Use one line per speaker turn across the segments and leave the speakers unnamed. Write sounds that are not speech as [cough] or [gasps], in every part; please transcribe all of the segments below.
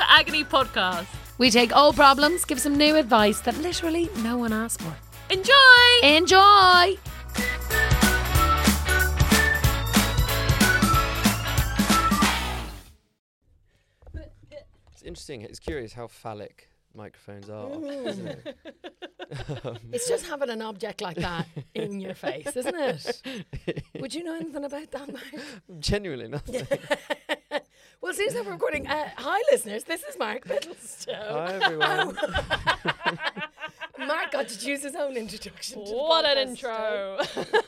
Agony podcast.
We take old problems, give some new advice that literally no one asked for.
Enjoy!
Enjoy!
It's interesting. It's curious how phallic microphones are. isn't
[laughs]
it?
It's just having an object like that in your face, isn't it?
[laughs]
Would you know anything about that, Mark? [laughs]
Genuinely nothing.
well, since we're recording, uh, hi listeners, this is Mark Biddle's show. [laughs]
Hi everyone.
Mark got to choose his own introduction. to the
What an
podcast
intro.
today.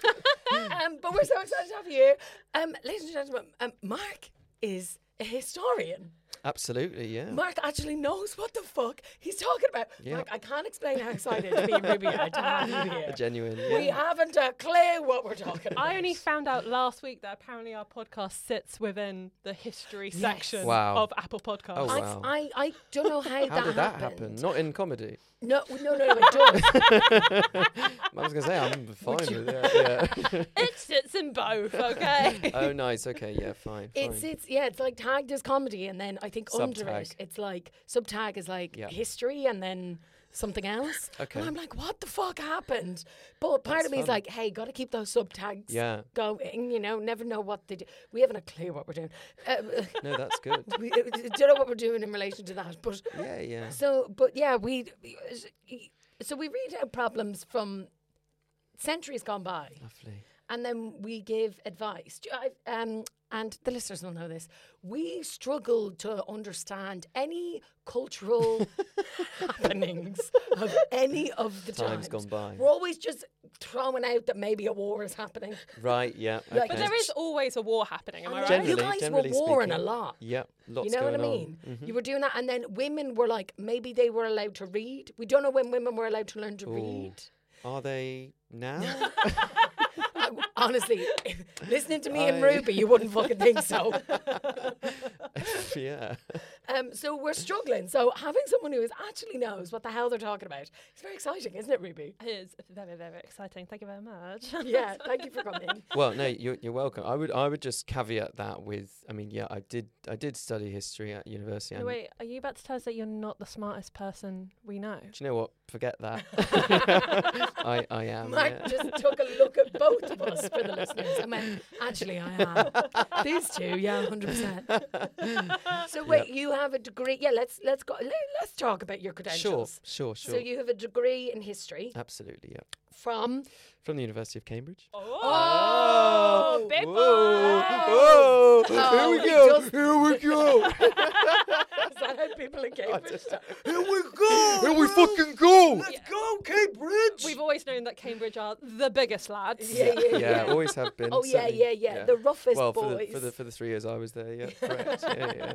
Um, but we're so excited to have you here. Um, ladies and gentlemen, um, Mark is a historian.
Absolutely, yeah.
Mark actually knows what the fuck he's talking about.
Yeah.
Mark, I can't explain how excited me and Ruby are to have
[laughs]
you
A
here.
genuine.
We
Yeah.
haven't a clue what we're talking about.
I only found out last week that apparently our podcast sits within the history section
Wow.
of Apple Podcasts.
Oh,
I,
wow.
I, I don't know how,
[laughs] How
that
did that
happened.
happen? Not in
[laughs]
comedy.
No, no, no, no,
[laughs]
it does.
I was gonna say I'm fine with
[laughs]
that. Yeah.
It sits in [laughs] both,
[laughs]
okay?
oh, nice. Okay, yeah, fine.
It
fine.
sits, yeah, it's like tagged as comedy, and then I think under
Sub-tag.
it, it's like sub tag is like
Yeah.
history, and then something else.
Okay.
And I'm like, what the fuck happened? But part of me is
funny.
like, hey, got to keep those sub tags
Yeah.
going. You know, never know what they do. We haven't a clue what we're doing. Uh, [laughs]
No, that's good.
we uh, don't know what we're doing in relation to that, but
Yeah, yeah.
So, but yeah, we so we read out problems from centuries gone by,
Lovely.
and then we give advice. Do you- I- Um, and the listeners will know this. We struggle to understand any
[laughs]
cultural happenings of any of the
Time's
times.
gone by.
We're always just throwing out that maybe a war is happening.
Right, yeah.
Like-
But
okay.
there is always a war happening, am I right?
Generally-
you guys
generally
were warring
speaking.
a lot.
Yeah, lots
You know what I
going on. Mm-hmm.
mean? You were doing that, and then women were like, maybe they were allowed to read. We don't know when women were allowed to learn to
Ooh.
read.
Are they
[laughs]
now? [laughs]
I, honestly, [laughs] listening to me and
I-
Ruby, you wouldn't fucking think
[laughs]
so.
yeah.
Um, so we're struggling. So having someone who is actually knows what the hell they're talking about, it's very exciting, isn't it, Ruby? [laughs]
It is very, very exciting. Thank you very much.
Yeah, thank you for coming.
Well, no, you're, you're welcome. I would I would just caveat that with I mean, yeah, I did I did study history at university.
No,
and
wait, are you about to tell us that you're not the smartest person we know?
Do you know what? Forget
[laughs]
that. I, I am.
Mark
yeah.
just took a look at both of us for the listeners and went, actually, I am. [laughs] These two, yeah, 100%. [laughs] So wait, you have a degree. Yeah, let's let's go. Let, let's talk about your
Sure,
credentials.
sure, sure.
So you have a degree in history
Absolutely, yeah.
from [laughs]
From the University of Cambridge.
Oh, big
Whoa,
Oh,
here we
we
go.
just-
Here we go.
Is that how people in
[laughs]
Cambridge talk?
here we fucking go.
We've always known that Cambridge are the biggest lads.
Yeah, yeah,
Yeah, always have been.
Oh, yeah,
certainly,
yeah, yeah, the roughest
well, for the, for
boys.
the for the three years I was there,
[laughs]
yeah, correct. yeah, yeah,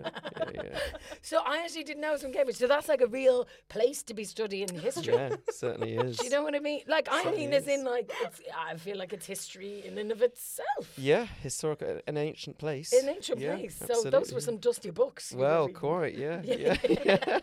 yeah, yeah.
So I actually didn't know it was from Cambridge. So that's like a real place to be studying history.
yeah, certainly is.
Do you know what I mean? Like I
Certainly
mean, as
is.
in like it's, I feel like it's history in and of itself.
yeah, historical, an ancient place.
An ancient
Yeah,
place. So those
absolutely.
were some dusty books. you were
Well,
reading.
quite,
[laughs]
yeah, yeah, yeah.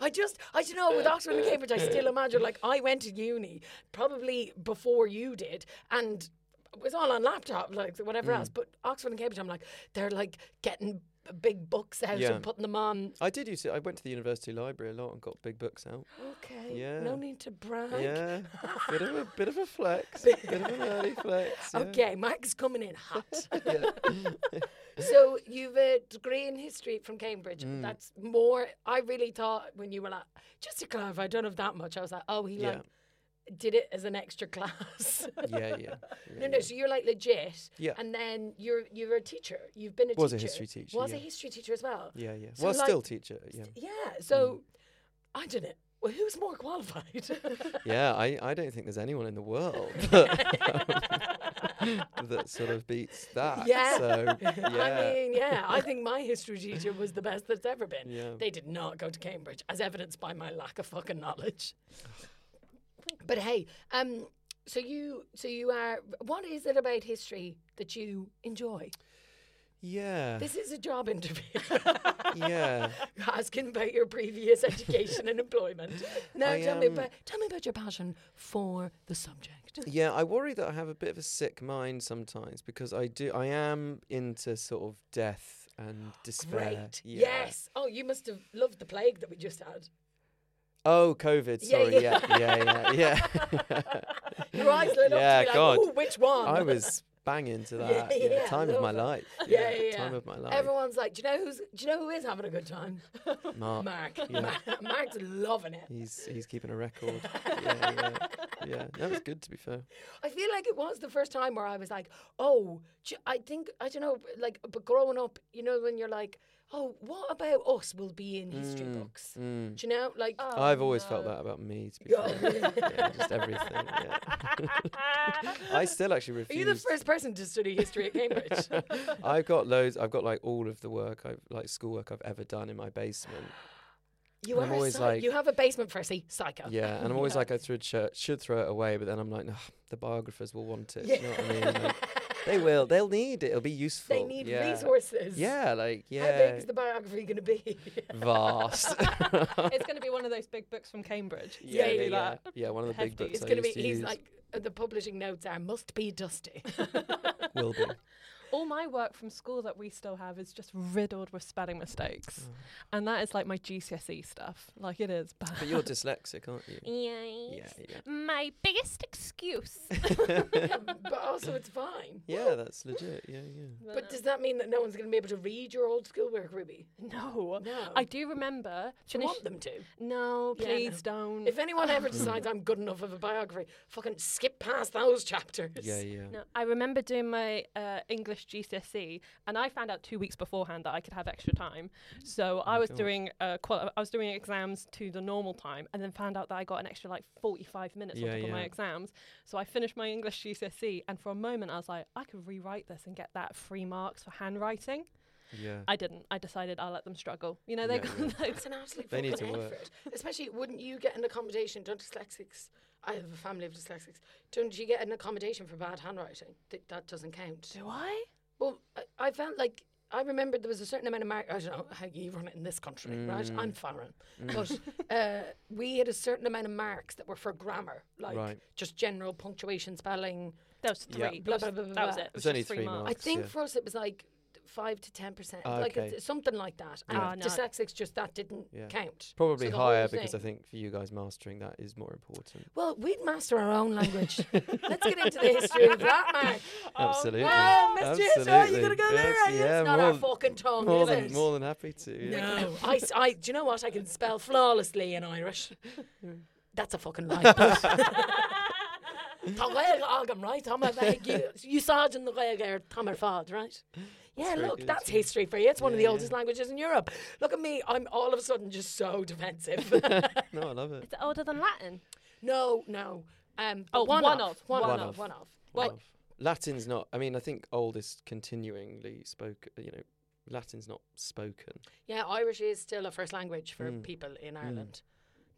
I just, I don't know, with Oxford and Cambridge, I
[laughs]
still imagine, like, I went to uni probably before you did, and it was all on laptop, like, whatever
Mm.
else. But Oxford and Cambridge, I'm like, they're like getting b- big books out
Yeah.
and putting them on.
I did use it. I went to the university library a lot and got big books out.
Okay.
Yeah.
No need to brag. [laughs]
Yeah, bit of a bit of a flex, bit of an early flex. yeah.
Okay, Mark's coming in hot.
[laughs] Yeah.
[laughs] so you've a degree in history from Cambridge.
Mm.
That's more. I really thought when you were like, just to clarify, I don't have that much. I was like, oh, he
Yeah.
like did it as an extra class. [laughs]
yeah, yeah.
No, no. So you're like legit.
Yeah.
And then you're you're a teacher. You've been a
Was a
teacher.
history teacher,
Was a
yeah.
history teacher as well.
Yeah, yeah.
So,
well,
like-
still teacher. Yeah, Mm.
Yeah. So I did it. Well, who's more qualified?
[laughs]
[laughs]
yeah. I, I don't think there's anyone in the world that, um, sort of beats that.
Yeah.
So
[laughs] I
yeah,
mean, yeah, [laughs] I think my history teacher was the best that's ever been.
Yeah.
They did not go to Cambridge, as evidenced by my lack of fucking knowledge. [sighs] but hey, um, so you, so you are. What is it about history that you enjoy?
yeah,
This is a job [laughs] interview.
yeah.
asking about your previous education and employment. [laughs] Now
I,
tell me
um,
about tell me about your passion for the subject.
Yeah, I worry that I have a bit of a sick mind sometimes because I do. I am into sort of death and despair.
Great.
Yeah.
Yes. Oh, you must have loved the plague that we just had.
Oh, COVID.
Yeah,
Sorry.
yeah.
Yeah.
[laughs]
Yeah. Yeah. Yeah.
Your eyes lit up
Yeah,
to be
God.
like, Ooh, which one?
I
[laughs]
was banging to
Yeah,
that. Yeah.
yeah,
Time of my
love it.
life.
Yeah, yeah,
Time
yeah.
of my life.
Everyone's like, do you know who's? Do you know who is having a good time?
Mark.
[laughs] Mark.
Uh, yeah.
Mark- Mark's loving it.
He's he's keeping a
[laughs]
record. yeah, yeah. Yeah. That was good to be fair.
I feel like it was the first time where I was like, oh, j- I think, I don't know, like, but growing up, you know, when you're like, oh, what about us will be in history books?
Mm.
Do you know? Like,
I've always felt that about me to be
Yeah.
fair. yeah, just everything. Yeah. [laughs] I still actually
are
refuse.
you the first person to study history
[laughs]
at Cambridge?
I've got loads. I've got like all of the work I've like schoolwork I've ever done in my basement.
you
I'm
are
always
psy-
like-
you have a basement prissy, psycho. [laughs]
Yeah, and I'm always like, I threw it, shirt, should throw it away, but then I'm like, no, the biographers will want it. You know what I mean? Like, they will. They'll need it. It'll be useful.
They need
yeah.
resources.
Yeah, like
How big
yeah,
is the biography going to be? [laughs]
vast.
it's going to be one of those big books from Cambridge. It's gonna
Yeah, yeah,
be
[laughs] yeah.
that.
Yeah, one of the big
Hefty.
books
it's
I
going to be,
used to
he's
use
like, uh, the publishing notes are must be
[laughs]
dusty.
[laughs]
will
[laughs]
be.
All my work from school that we still have is just riddled with spelling mistakes,
Mm.
and that is like my GCSE E stuff. Like it is bad.
But you're dyslexic, aren't you? Yeah, yeah.
My biggest [laughs] excuse.
but also, it's fine.
Yeah, that's legit. Yeah, yeah.
[laughs]
But does that mean that no one's going to be able to read your old schoolwork, Ruby?
no.
No. Mm.
I do remember.
Do you
finish-
want them to?
No,
Yeah,
please don't.
If anyone [laughs] ever decides I'm good enough of a biography, fucking skip past those chapters.
Yeah, yeah.
No, I remember doing my uh, English GCSE, E, and I found out two weeks beforehand that I could have extra time.
Oh
So I was doing uh, qual- I was doing exams to the normal time, and then found out that I got an extra like forty five minutes
Yeah,
on top of my
yeah.
exams. So I finished my English GCSE, E, and for a moment I was like, I could rewrite this and get that three marks for handwriting.
Yeah.
I didn't. I decided I'll let them struggle. You know, they
Yeah,
got [laughs]
yeah.
those.
It's an absolute
They
fucking
need to work.
effort. Especially, wouldn't you get an accommodation? Don't dyslexics. I have a family of dyslexics. Don't you get an accommodation for bad handwriting? Th- that doesn't count.
Do I?
Well, I, I felt like I remember there was a certain amount of mark. I don't know how you run it in this country, right?
Mm.
I'm foreign,
[laughs]
but uh, we had a certain amount of marks that were for grammar, like
Right.
just general punctuation, spelling.
That was
Yeah.
three.
Blah,
That was-
blah, blah,
that was it.
blah.
It was
There's only
just three,
three
marks.
I
marks.
think
yeah. Ah,
for us it was like five to ten percent, like
Okay.
it's something like that. And
Yeah. Ah, no.
dyslexics just that didn't
Yeah.
count.
Probably
So the whole
higher because I
thing-
think for you guys mastering that is more important.
Well, we'd master our
[laughs]
own language. Let's get into the history of that, Mark.
Absolutely.
Oh, Wow, Miss Jess, oh, you gotta
Absolutely.
go there. are
Yes,
you?
yeah,
it's not
more
our
th-
fucking tongue,
More
is
than
it?
more than happy to. Yeah.
No, [laughs] I, s- I- do you know what? I can spell flawlessly in Irish. That's a fucking lie. [laughs] but- Tá gaeilge agam, right? Tá mar bheith gi- You sergeant the gaeilge ar tá mar fad, right? Yeah,
very
look,
good,
that's
yeah.
history for you. It's one
Yeah,
of the
yeah.
oldest languages in Europe. Look at me, I'm all of a sudden just
[laughs]
so defensive.
No, I love it.
It's older than Latin. [laughs]
no, no. Um, but
Oh,
one,
one
of,
of,
one,
one
of,
of.
one of.
Well,
Like,
Latin's not. I mean, I think oldest continuingly spoken. You know, Latin's not spoken.
yeah, Irish is still a first language for
Mm.
people in Ireland.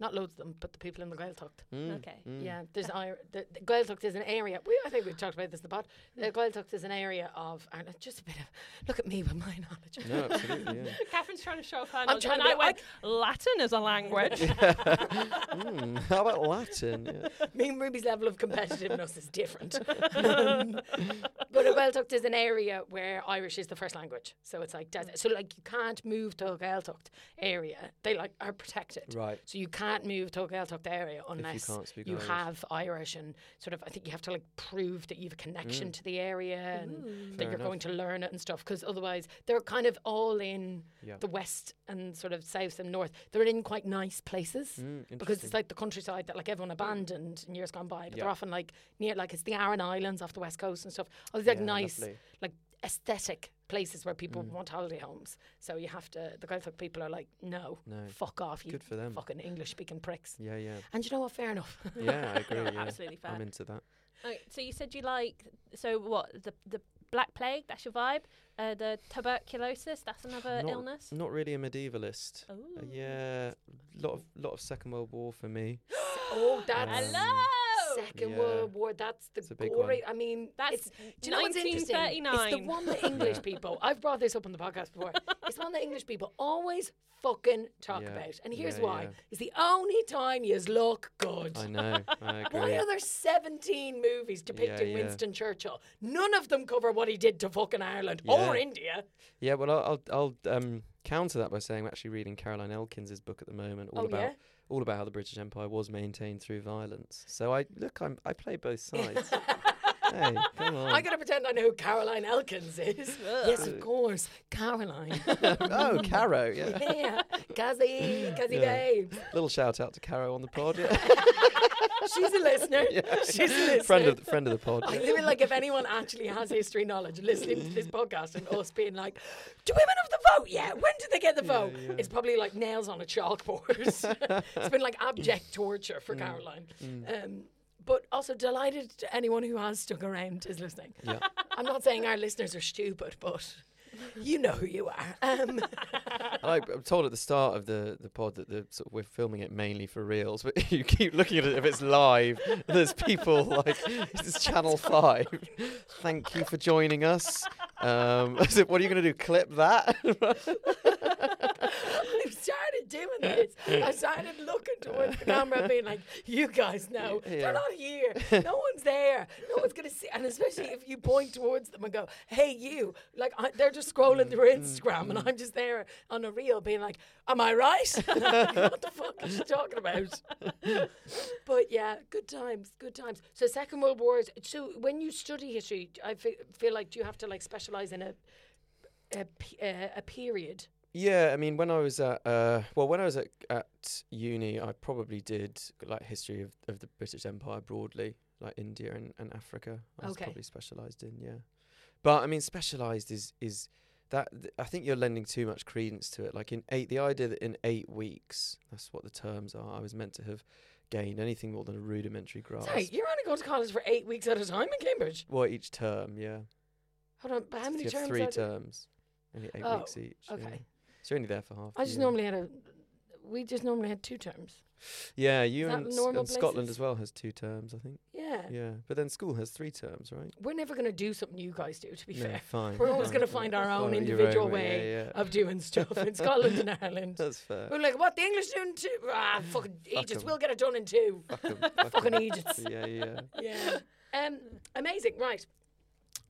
Not loads of them, but the people in the Gaeltacht.
Mm,
Okay.
mm.
Yeah, there's Ir- the, the Gaeltacht is an area. We, I think we've talked about this in the pod.
Mm.
The Gaeltacht is an area of Ireland. Just a bit of look at me with my knowledge.
No, absolutely. Yeah.
Catherine's trying to show off her
knowledge, trying
and
to
I
and be- I
went,
went,
Latin is a language.
[laughs]
[laughs] Mm, How about Latin? Yeah.
[laughs] Me and Ruby's level of competitiveness is
[laughs]
different. [laughs] Um, but a Gaeltacht is an area where Irish is the first language. So it's like, desert. so like you can't move to a Gaeltacht area. They like are protected.
Right.
So you can't move to a Gaeltacht area unless
can't speak
you
Irish.
have Irish and sort of I think you have to like prove that you have a connection
Mm.
to the area and that
Fair
you're
enough.
going to learn it and stuff because otherwise they're kind of all in
Yeah.
the west and sort of south and north. They're in quite nice places
Mm,
because it's
interesting.
like the countryside that like everyone abandoned in years gone by, but they're
Yeah.
often like near like it's the Aran Islands off the west coast and stuff. All these like
Yeah,
nice
lovely. Mm.
like aesthetic places where people want holiday homes. So you have to the Gaeltacht people are like, no,
No.
fuck off, you
Good for them.
fucking English speaking pricks.
Yeah, yeah,
[laughs] And you know what? Fair
[laughs]
enough.
yeah. I agree.
No,
Yeah.
absolutely fair.
I'm into that.
Okay, so you said you like so what the the black plague that's your vibe. Uh, the tuberculosis that's another
Not-
illness.
Not really a medievalist.
Oh
Uh, yeah, lot of lot of Second World War for me.
[laughs] oh,
Hello.
that's Second
Yeah.
World War. That's the
a big
gory. I mean,
That's
it's, do you know what's interesting? It's the
1939.
[laughs]
one that English people. I've brought this up on the podcast before. It's one that English people always fucking talk
Yeah.
about, and here's
Yeah,
why:
yeah.
it's the only time yous look good.
I know. I
[laughs] Why
agree.
are there 17 movies depicting
yeah.
Winston Churchill? None of them cover what he did to fucking Ireland
Yeah.
or India.
Yeah, well, I'll I'll, I'll um, counter that by saying I'm actually reading Caroline Elkins's book at the moment, all
Oh,
about
yeah?
all about how the British Empire was maintained through violence. So I look, I'm I play
[laughs]
both sides. hey, come on.
I'm going to pretend I know who Caroline Elkins is. yes, of course.
[laughs]
Caroline.
oh, Caro, yeah.
[laughs] yeah. Gazzy, Gazzy
Yeah.
babe.
Little shout out to Caro on the pod. [laughs] Yeah.
She's a
[laughs]
listener. [laughs] She's a listener.
friend of the, friend of the pod.
I
yeah. [laughs]
feel like if anyone actually has history knowledge listening to this podcast and us being like, do women have the vote yet? When did they get the vote? It's probably like nails on a
[laughs]
chalkboard. it's been like abject torture
Mm,
for Caroline. Um, but also delighted to anyone who has stuck around is listening.
Yeah.
I'm not saying our listeners are stupid, but you know who you are.
[laughs]
Um,
I, I'm told at the start of the, the pod that the, sort of, we're filming it mainly for reels, but [laughs] you keep looking at it if it's live. and there's people like this is Channel Five. Thank you for joining us. Um, [laughs] I said, what are you going to do? Clip that?
[laughs] I've started doing this. I started looking towards the camera, being like, "You guys know
Yeah.
they're not here. No one's there. No one's gonna see." And especially if you point towards them and go, "Hey, you!" Like I, they're just scrolling through Instagram, and I'm just there on a reel, being like, "Am I right? [laughs] what the fuck is she talking about?" but yeah, good times, good times. So Second World War. Is, so when you study history, I fe- feel like do you have to like specialize in a a, pe- a, a period?
Yeah, I mean, when I was at uh, well, when I was at, at uni, I probably did like history of, of the British Empire broadly, like India and, and Africa. I was
Okay.
probably specialised in yeah, but I mean, specialised is is that th- I think you're lending too much credence to it. Like in eight, the idea that in eight weeks, that's what the terms are. I was meant to have gained anything more than a rudimentary grasp.
Sorry, you're only going to college for eight weeks at a time in Cambridge.
Well, each term, yeah.
Hold on, but how
So
many
you have
terms?
Three
are there?
terms, only eight
Oh,
weeks each. yeah.
okay.
So you're only there for half.
I
the
just
year.
normally had a. We just normally had two terms.
Yeah, you
that
and, S-
normal
and Scotland
places?
as well has two terms, I think.
Yeah.
Yeah, but then school has three terms,
[laughs]
right?
We're never going to do something you guys do, to be
No,
fair.
fine.
We're always
fine.
[laughs] going to find our own
Follow your
individual
own
way
Yeah, yeah.
of doing stuff in Scotland and [laughs] Ireland.
[laughs] That's fair.
We're like, what? The English doing two? [laughs] Ah, fucking Egypt.
'em.
We'll get it done in [laughs] two.
Fuck 'em, fuck
Fucking
'em.
Egypt.
[laughs] Yeah, yeah.
Yeah. Um, amazing. Right.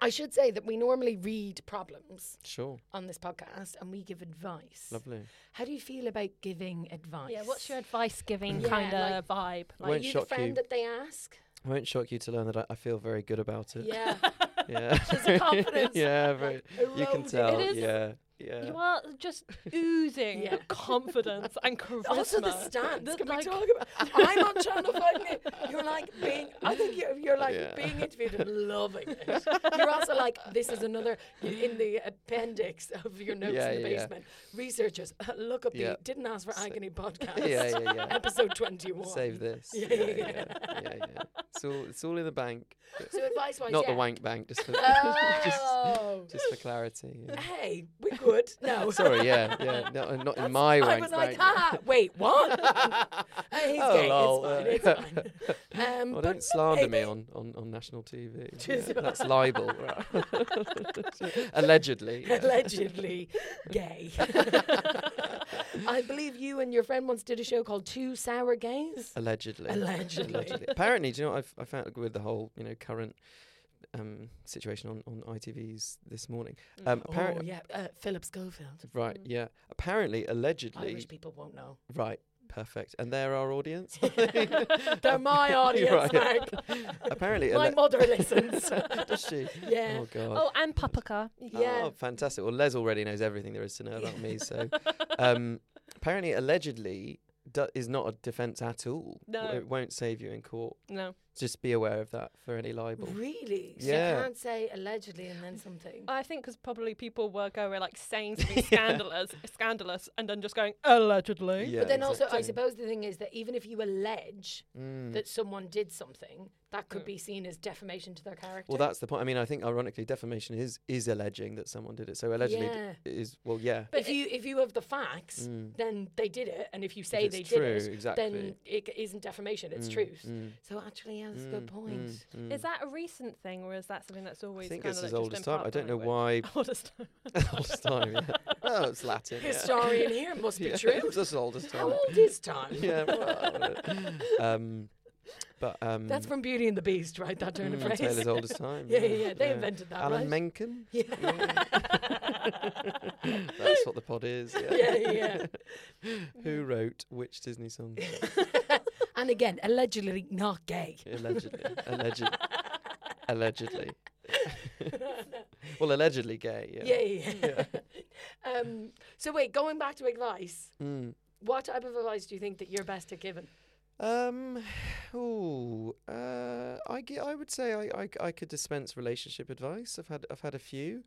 I should say that we normally read problems [laughs]
Sure.
on this podcast and we give advice.
Lovely.
How do you feel about giving advice?
Yeah, what's your advice giving
Yeah,
kind of vibe? [laughs]
Are
Won't
you the
shock
friend
you.
that they ask?
I won't shock you to learn that I, I feel very good about it.
Yeah.
[laughs] Yeah.
[laughs] There's a confidence,
[laughs] yeah, very. You can
eroding.
tell.
It is-
Yeah. Yeah.
You are just oozing
Yeah.
confidence and charisma.
[laughs] also the stance.
The-
Can
like-
[laughs] we talk about? I'm not trying to find it. You're like being. I think you're, you're like
Yeah.
being interviewed
[laughs]
and loving it. You're also like this is another in the appendix of your notes
Yeah,
in
yeah,
the
yeah.
basement. Researchers [laughs] look up
Yeah.
the didn't ask for
[laughs]
agony
[laughs]
podcast.
yeah, yeah, yeah.
Episode 21.
Save this.
Yeah,
Yeah,
yeah,
yeah, yeah. yeah, It's all it's all in the bank.
So advice wise,
Not
Oh, yeah.
the wank bank, just for [laughs]
Oh.
just, just for clarity. yeah.
Hey, we good. No.
Sorry, yeah, yeah. No, uh, not in my
[laughs] I
wank
was
bank. [laughs]
like, ah, wait, what? Uh, He's
Oh,
gay.
lol. [laughs]
It's fine. It's fine. Um,
Well,
but
don't slander me
[laughs] maybe-
on, on, on national TV.
[laughs] Just-
Yeah, that's libel. [laughs] Allegedly. yeah.
allegedly
[laughs]
gay. I believe you and your friend once did a show called Two Sour Gays.
Allegedly.
Allegedly.
Allegedly. Apparently, do you know what I've, I found with the whole you know current um, situation on, on ITV's this morning? Um,
Oh,
apparent-
yeah, uh, Philip Schofield.
Right, yeah. Apparently, allegedly.
Irish people
[laughs]
won't know.
Right, perfect. And they're our
[laughs]
audience. [laughs]
They're my
right.
audience, Mark.
apparently,
My
alle-
mother listens.
[laughs]
[laughs]
does she?
yeah.
Oh God.
[laughs] oh, and paprika.
Yeah.
Oh, fantastic. Well, Les already knows everything there is to know about me. So, [laughs] um, apparently, allegedly, do- is not a defence at all.
No.
It won't save you in court.
No,
Just be aware of that for any libel.
Really? So you
Yeah.
can't say allegedly and then something.
I think because probably people were going like saying
[laughs]
something scandalous, scandalous, and then just going allegedly.
Yeah,
but then also, I
exactly.
suppose the thing is that even if you allege
Mm.
that someone did something, that could be seen as defamation to their character.
Well, that's the point. I mean, I think ironically, defamation is is alleging that someone did it. So allegedly d-
Yeah.
is well, yeah.
But if you if you have the facts,
Mm.
then they did it, and if you
If
say
it's
they
true,
did it,
exactly.
then it isn't defamation; it's
Mm,
truth.
mm.
So actually, yeah, that's a good point.
Is that a recent thing, or is that something that's always?
I think
kind
it's
of
as
like
old
just
as
been
time. I
part
don't
of
know
language?
why
[laughs]
[laughs]
[laughs] Oldest time.
old as time. Yeah. Oh, it's Latin. yeah. [laughs]
Historian here must be
Yeah,
true.
[laughs]
Oh.
It's as old as time.
How old is time?
[laughs] yeah. well, um, but um,
[laughs] That's from Beauty and the Beast, right? That turn of
mm, tale
[laughs] phrase.
as old as time.
Yeah, yeah, yeah. They invented that,
Alan
right? [laughs]
Menken. [laughs]
Yeah. [laughs]
That's what the pod is. Yeah.
yeah, yeah.
[laughs] Who wrote which Disney song?
And again, allegedly not gay.
allegedly.
[laughs]
Allegedly. allegedly. well, allegedly gay. Yeah.
Yeah, yeah. yeah. [laughs] um, so wait, going back to advice,
Mm.
what type of advice do you think that you're best at giving?
Um, ooh, uh, I gi- I would say I, I c- I could dispense relationship advice. I've had I've had a few.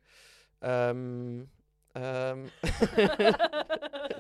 Um, um,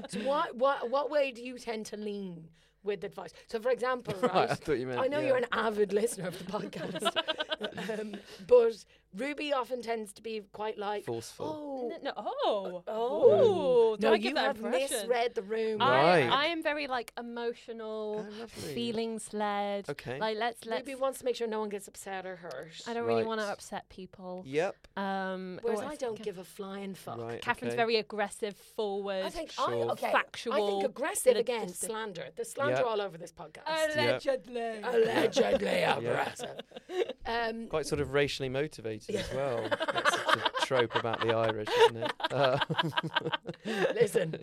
So
[laughs]
what, what, what way do you tend to lean with advice? So, for example,
[laughs] right, I
right,
thought you meant.
I know
yeah.
you're an avid listener of
[laughs]
the podcast, um, but Ruby often tends to be quite like,
forceful.
oh,
N- No, oh,
Oh.
Ooh, do
no,
I give
you
that
have
impression?
misread the room.
Ah,
Right.
I, I am very like emotional,
Oh, lovely.
feelings led.
Okay.
Like let's let's.
Ruby wants to make sure no one gets upset or hurt.
I don't really
Right.
want to upset people.
Yep.
Um,
Whereas
oh,
I don't
think-
give a flying fuck.
Right.
Catherine's
okay.
very aggressive, forward.
I think I,
Sure.
okay, I
Factual
think aggressive again.
logistic-
Slander. There's slander
Yeah.
all over this podcast.
[laughs] Allegedly.
Allegedly aggressive.
[laughs]
Um,
Quite sort of racially motivated as
[laughs]
well. That's such a trope about the Irish, isn't it? Uh, [laughs]
listen,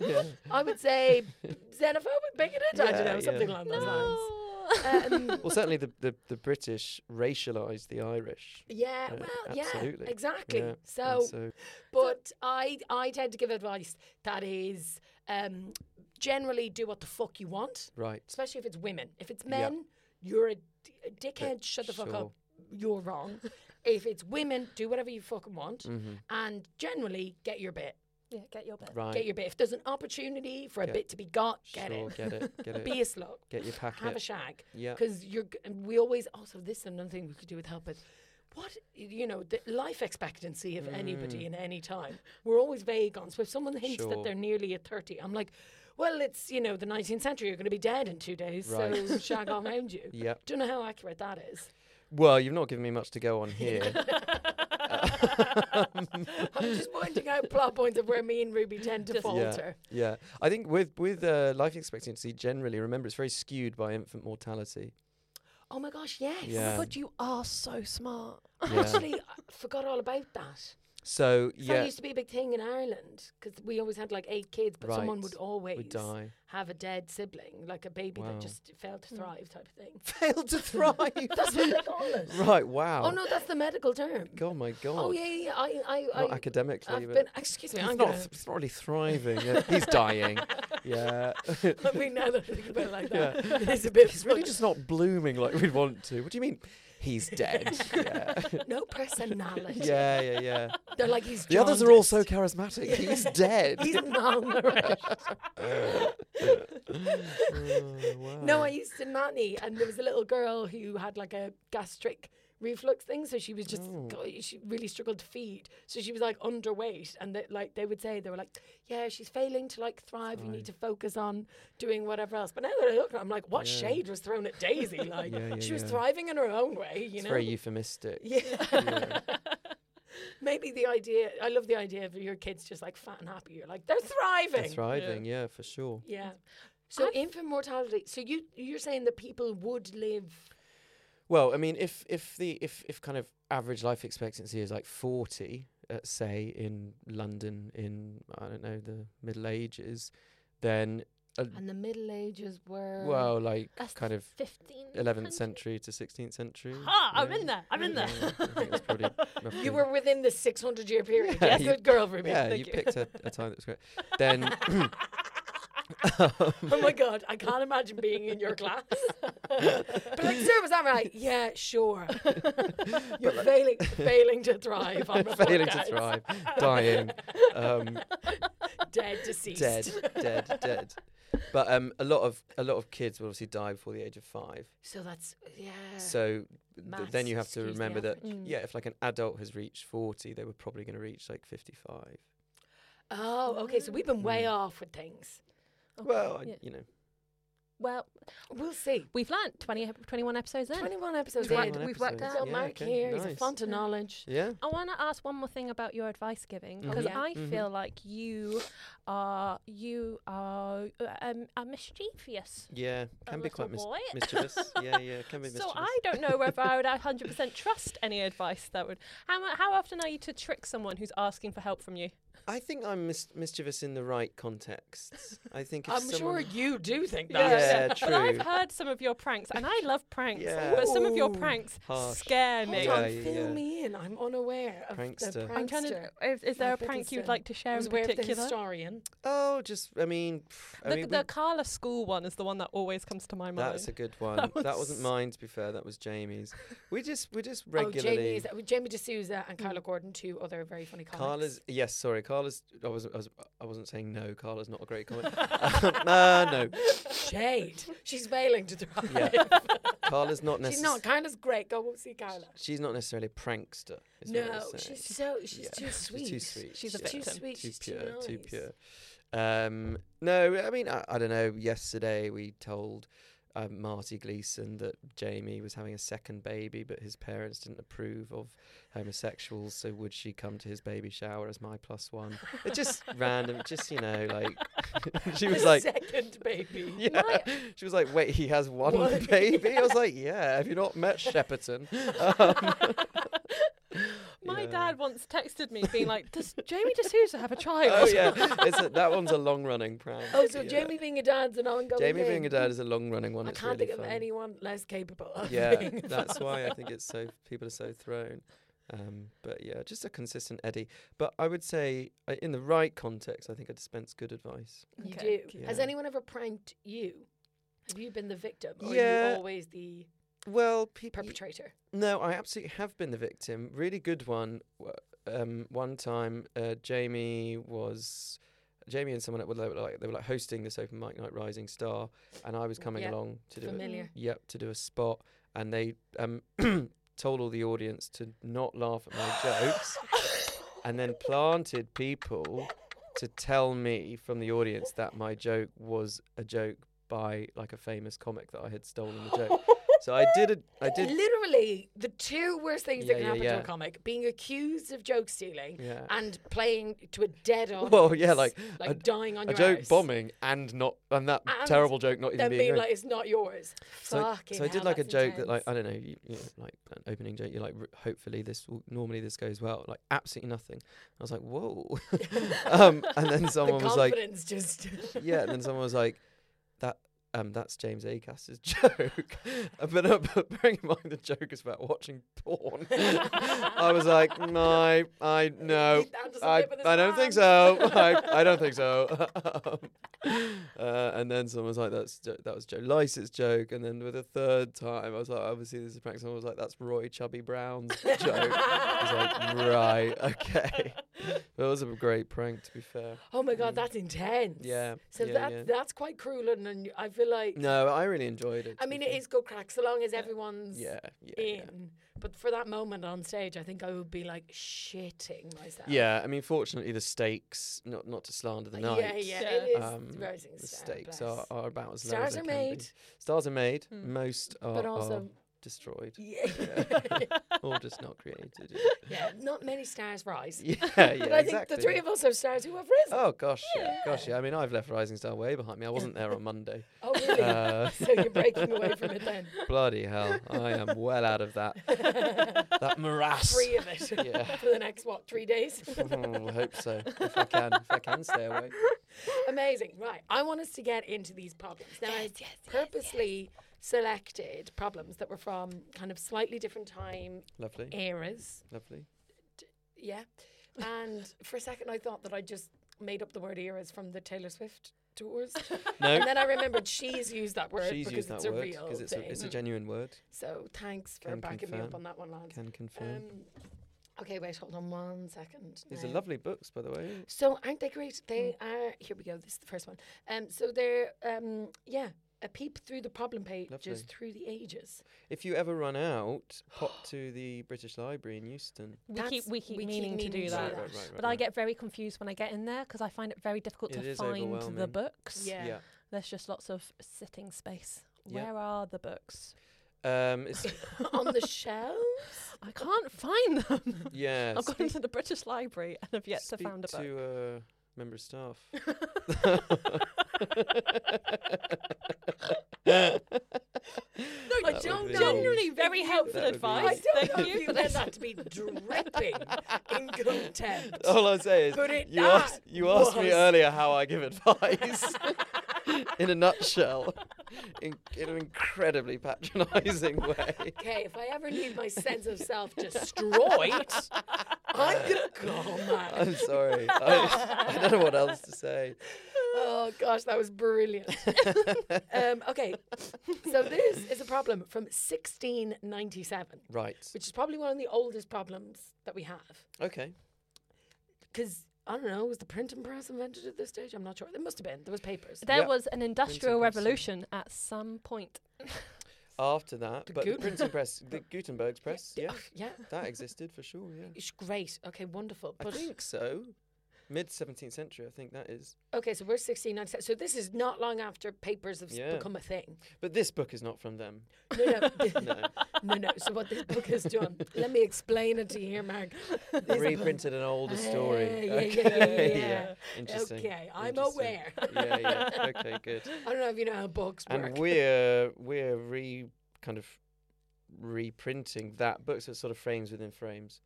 I would say xenophobic, bigoted. I
Yeah,
don't know,
yeah.
something along those
No. [laughs]
[laughs]
lines. Um,
well, certainly the, the, the British racialised the Irish.
yeah,
Yeah,
well,
absolutely.
yeah, exactly.
Yeah, and
So,
so
but I, I tend to give advice that is um, generally do what the fuck you want.
right.
especially if it's women. If it's
Yeah.
men, you're a, d- a dickhead. Shut the fuck
sure.
up. You're wrong. [laughs] if it's women, do whatever you fucking want,
Mm. Mm-hmm.
and generally get your bit.
yeah, [laughs] get your bit.
Right.
Get your bit. If there's an opportunity for a
Get-
bit to be got,
sure,
get it.
get it. Get it.
[laughs] Be a slug.
Get your
Have a
packet.
shag.
Yeah.
Because you're. g- and We always also this is another thing we could do with help, but. What you know, the life expectancy of anybody in any time. We're always vague on. So if someone
Mm.
hints
Sure.
that they're nearly at thirty, I'm like, well, it's you know the 19th century. You're going to be dead in two days, so
Right.
[laughs] shag all around you.
Yep.
Don't know how accurate that is.
Well, you've not given me much to
[laughs]
go on [laughs] here. Um,
I'm just pointing out plot points of where me and Ruby tend [laughs] to
Just-
falter.
[laughs] yeah, I think with with uh, life expectancy generally, remember it's very skewed by infant
[laughs]
mortality.
Oh my gosh, yes.
Yeah.
But you are so smart.
Yeah.
Actually, I forgot all about that.
So
So That
yeah,
used to be a big thing in Ireland because we always had like eight kids, but someone
Right.
would always
would die. [laughs]
have a dead sibling, like a baby
Wow.
that just failed to thrive type of thing.
Failed [laughs] to thrive.
Hmm. [laughs] That's what they call it.
right. Wow.
Oh no, that's the medical term.
God, my God.
Oh yeah, yeah. yeah. I, I, I,
Not academically,
I've
but
been. Excuse me,
he's
I'm
not, [laughs]
gonna. [laughs]
th- it's not really thriving. Uh, he's dying. Yeah.
[laughs] I mean, now that I think about it
[laughs]
like
Yeah.
[laughs] that, it's a bit.
He's really just not blooming like we'd want to. What do you mean? He's
[laughs]
dead. Yeah.
[laughs] no personality.
Yeah, yeah, yeah.
[laughs] They're like he's.
The others are all so
jaundiced.
charismatic. He's dead.
[laughs] He's [laughs] malnourished.
[laughs] Oh, wow.
No, I used to nanny, and there was a little girl who had like a gastric reflux thing, so she was just
Oh.
go- she really struggled to feed, so she was like underweight, and they, like they would say they were like, yeah, she's failing to like thrive. You need to focus on doing whatever else. But now that I look, at it, I'm like, what shade was thrown
[laughs]
at Daisy? Like
Yeah, yeah,
she was
yeah.
thriving in her own way, you
It's
know.
very euphemistic.
[laughs] yeah. Maybe the idea. I love the idea of your kids just like fat and happy. You're like they're thriving.
They're thriving, yeah. for sure.
Yeah. So infant mortality. So you you're saying that people would live.
Well, I mean, if if the if if kind of average life expectancy is like forty, uh, say in London in I don't know the Middle Ages, then uh,
And the Middle Ages were.
well, like
That's
kind of
15.
eleventh century to sixteenth century.
Ah, I'm
yeah.
in there. I'm in
Yeah,
there.
I think
[laughs]
it's probably roughly-
You were within the 600 year period.
Yeah,
Yeah,
you-
good girl, Ruby.
Yeah, you
Thank you. [laughs]
picked a, a time that was great. Then [clears throat]
oh my God, I can't imagine being in your
[laughs]
class. but like, sir, was that right? Yeah,
[laughs]
sure. [laughs] You're failing, failing to thrive. On
[laughs]
the
failing to
podcast. [laughs]
thrive, dying, um,
Dead, [laughs] deceased.
dead, dead, dead. But um, a lot of a lot of kids will obviously die before the age of five.
So that's yeah.
So th- then
mass
you have to
skews the
remember that
Mm.
average.
yeah, if like an adult has reached forty, they were probably going to reach like fifty-five. Mm.
oh, okay. So we've been way off with things.
Well, I,
yeah.
you know,
Well,
We'll see.
we've learnt 20, ep- 21 episodes in.
21 episodes
We've
in.
worked-
21
we've worked
episodes.
We've got
Yeah,
Mark
okay,
here. He's a
nice.
font of knowledge.
Yeah.
I want to ask one more thing about your advice giving
Mhm.
because
Yeah.
I
Mhm.
feel like you are you are uh, um, are mischievous.
Yeah.
a
Can be quite mis-
little boy. [laughs]
mischievous. yeah, yeah. Can be mischievous.
So I don't know whether I would
[laughs]
100% trust any advice that would. How mu- how often are you to trick someone who's asking for help from you?
I think I'm mis- mischievous in the right contexts. I think if
I'm sure
someone...
you do think
Yeah,
that.
But I've
true.
heard some of your pranks, and I love pranks,
Yeah.
but some of your
Ooh.
pranks
Harsh.
scare
Hold
me.
Yeah,
on,
yeah,
fill
yeah.
me in. I'm unaware of the
Prankster.
prankster.
I'm trying to. Is, is there a prank you'd
Magnificent.
like to share
um, was
in
aware of the
particular?
historian.
Oh, just I mean, pff, I
The,
mean,
the
we-
Carla School one is the one that always comes to my mind.
that's a good one. That, was...
was-
not mine, to be fair. That was Jamie's. We just we just
Oh, Jamie,
regularly.
is, Jamie D'Souza and Carla Gordon, two other very funny comics.
Carla's yes, sorry, Carla's. I wasn't. I, was, I wasn't saying no. Carla's not a great comic. uh, no,
Jade. She's failing to thrive.
Yeah. Carla's not
[laughs] She's
necessarily.
not. Carla's great. Go see Carla.
She's not necessarily a prankster. Is
No,
what we're saying.
she's so she's
Yeah,
too sweet.
She's too sweet.
She's a
yeah.
victim.
Too sweet.
Too
she's
pure.
Too, nice.
Too pure. Um, no, I mean, I, I don't know. Yesterday we told uh, Marty Gleason that Jamie was having a second baby, but his parents didn't approve of homosexuals. So would she come to his baby shower as my plus one? It
[laughs]
just random. Just you know, like [laughs] she was
The
like.
second baby.
[laughs] Yeah, she was like, "Wait, he has one
One,
[laughs] baby." I was
[laughs]
like, "Yeah, have you not met Shepperton?" Um, [laughs]
My
yeah.
dad once texted me being like, "Does Jamie D'Souza have a child?"
[laughs] Oh yeah, it's a, that one's a long-running prank.
Oh, so
yeah.
Jamie being a dad's an ongoing
Jamie
thing.
being a dad is a long-running one.
I
it's
can't
really
think of
fun.
anyone less capable. Of [laughs]
Yeah,
being a
that's why I
father.
think it's so people are so thrown. Um, but yeah, just a consistent Eddie. But I would say, uh, in the right context, I think I dispense good advice.
You
Okay.
do. Has
Yeah.
anyone ever pranked you? Have you been the victim, or are
Yeah.
you always the
Well, people.
perpetrator?
No, I absolutely have been the victim. Really good one. W- Um, one time, uh, Jamie was Jamie and someone at- well, they were like they were like hosting this open mic night, Rising Star, and I was coming
Mm, Yeah,
along to do it.
Familiar.
Yep, to do a spot, and they um, [clears throat] told all the audience to not laugh at my jokes, and then planted people to tell me from the audience that my joke was a joke by like a famous comic that I had stolen the joke.
[laughs]
so I did a, I did.
Literally, the two worst things
Yeah,
that can
yeah,
happen to
yeah.
a comic: being accused of joke stealing
Yeah.
and playing to a dead audience.
[laughs] Well, yeah, like,
like
a-
dying on
a
your
joke
ass,
bombing and not and that
And
terrible joke not even
Then
being,
being
read.
like, it's not yours.
so, I-
Fucking
so I did
hell,
like a
that's
joke that like
intense.
I don't know, you, you know like an opening joke. You're like, "R- hopefully this will, normally this goes well. Like absolutely nothing. I was like, whoa. [laughs] um, and then someone
[laughs] the
was like,
confidence [laughs] just.
yeah. And then someone was like, that um, that's James Acast's [laughs] joke. but, uh, but bearing in mind the joke is about watching porn. [laughs] I was like, no, I
[laughs]
no.
That doesn't
I,
fit with his
I don't think
[laughs]
so.
plan.
I, I don't think so. [laughs] Um, uh, and then someone was like, "That's Jo- that was Joe Lycett's joke." And then with the third time, I was like, "Obviously, this is practice." Someone was like, "That's Roy Chubby Brown's
[laughs]
joke." I was like, "Right, okay." That was a great prank, to be fair.
Oh my god, that's intense.
Mm. Yeah,
So
yeah,
that
yeah.
that's quite cruel, and, and I feel like
No, I really enjoyed it.
I
to be
mean it
fair.
is good crack so long as everyone's
Yeah, yeah,
in.
yeah.
But for that moment on stage, I think I would be like shitting myself.
Yeah, I mean, fortunately, the stakes not not to slander the night.
yeah, yeah. It is
Um,
rising
The
star,
stakes
bless.
are, are about as low as
Stars
they
are
can be.
made,
Stars are made. Most are,
but
are
also
destroyed.
[laughs] yeah,
or just not created.
[laughs] yeah, not many stars rise.
[laughs] Yeah, yeah,
[laughs] but I
exactly.
think the three of us are stars who have risen.
Oh gosh, yeah, gosh, yeah. I mean, I've left Rising Star way behind me. I wasn't there on
[laughs]
Monday.
Oh, really?
Uh,
[laughs] so you're breaking away from it
[laughs]
then? [laughs]
Bloody hell, I am well out of that that morass. [laughs]
Free of it
Yeah.
[laughs] for the next what three days?
Mm, I hope so. If I can, if I can stay away.
Amazing. Right. I want us to get into these problems. Now, I purposely selected problems that were from kind of slightly different time
Lovely,
[laughs] eras.
lovely.
Yeah. And for a second, I thought that I just made up the word eras from the Taylor Swift
[laughs]
tours. And
No,
then I remembered she's used that word
she's
because
used that
it's a
word
real
it's
thing.
a, it's a genuine word.
so thanks for
Can
backing me up
confirm.
on that one, lads.
Can confirm.
Um, okay, wait, hold on one second.
These are
now.
lovely books, by the way.
So aren't they great? They are. Here we go. This is the first one. Um, so they're um, yeah, a peep through the problem pages
Lovely.
through the ages.
If you ever run out,
[gasps]
pop to the British Library in Euston.
we keep
That's-
we keep
we keep
meaning to
meaning
do
to
that.
do that.
But I get very confused when I get in there because I find it very difficult
It
to
is
find the
overwhelming.
books.
Yeah.
yeah.
There's just lots of sitting space.
Yeah.
Where are the books?
Um, it's
[laughs] on
[laughs]
the shelves.
I can't find them.
yeah.
I've gone into the British Library and have yet to
speak
find a book.
to uh, member of
[laughs]
staff. [laughs]
I
would
don't
be-
know.
Generally,
If
very
you-
helpful
That would be-
I
advice.
don't
Thank
know
you.
if you
for
meant
this.
that to be dripping
[laughs]
in contempt.
All I say is,
But it
you asked,
that
you asked me
was-
earlier how
[laughs]
I give advice. in a nutshell, in, in an
[laughs]
incredibly patronising way.
Okay, if I ever need my sense of self destroyed, I'm gonna call my.
I'm sorry. I, I don't know what else to say.
Oh gosh, that was brilliant. um, okay, so this is a problem from 1697,
Right.
which is probably one of the oldest problems that we have.
Okay.
Because I don't know, was the printing press invented at this stage? I'm not sure. There must have been. There was papers.
There
Yep.
was an industrial
Printing press.
revolution at some point.
After that, but the
Guten-
printing press, the Gutenberg's press, yeah,
yeah,
that existed for sure. Yeah.
it's great. Okay, wonderful.
I
But
think so. Mid 17th century, I think that is.
okay, so we're 1697. So this is not long after papers have s
Yeah.
become a thing.
But this book is not from them.
No,
[laughs]
no.
No.
[laughs] No, no. So
[laughs]
what this book has done, let me explain it to you here, Mark. This
Reprinted an older story.
Ah, yeah, [laughs] yeah, yeah,
[laughs] okay.
yeah.
Interesting.
Okay, I'm
Interesting.
aware.
yeah, yeah. Okay, good.
[laughs] I don't know if you know how books work.
And we're we're re kind of reprinting that book, so it's sort of frames within frames.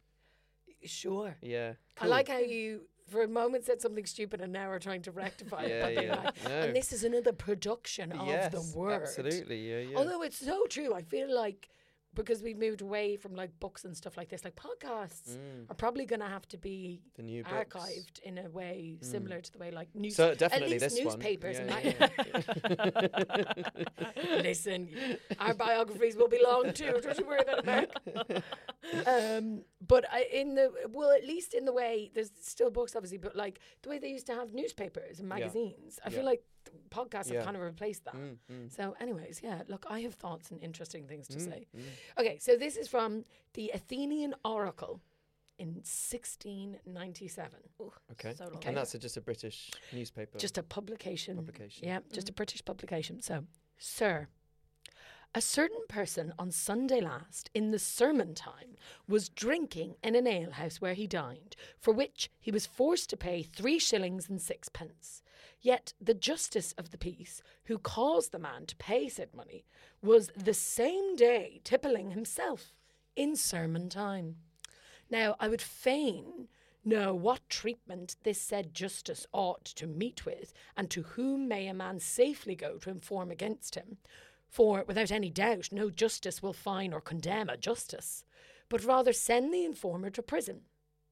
sure.
Yeah.
I
cool.
like how you, for a moment, said something stupid, and now are trying to rectify it.
Yeah,
by being
yeah.
like,
No.
And this is another production of
yes,
the word.
Absolutely. Yeah, yeah.
Although it's so true, I feel like because we've moved away from like books and stuff like this, like podcasts
Mm,
are probably going to have to be
the new books. Mm.
archived in a way similar to the way like news.
So definitely
least
this
newspapers
one.
might-
yeah.
[laughs] [laughs]
[laughs]
Listen, our biographies will be long too. [laughs] Don't you worry about it, Mark.
[laughs]
Um, but I, in the well, at least in the way there's still books, obviously, but like the way they used to have newspapers and
Yeah.
magazines. I
Yeah.
feel like th- podcasts
Yeah.
have kind of replaced that. [laughs]
Mm, mm,
So, anyways, yeah. Look, I have thoughts and interesting things to
mm,
say.
mm.
Okay, so this is from the Athenian Oracle in 1697.
Okay.
So long.
Okay.
And that's a, just a British newspaper
Just a publication.
publication.
Yeah, just a British publication. So, sir, a certain person on Sunday last, in the sermon time, was drinking in an alehouse where he dined, for which he was forced to pay three shillings and sixpence. Yet the justice of the peace, who caused the man to pay said money, was the same day tippling himself in sermon time. Now, I would fain know what treatment this said justice ought to meet with, and to whom may a man safely go to inform against him. For, without any doubt, no justice will fine or condemn a justice, but rather send the informer to prison.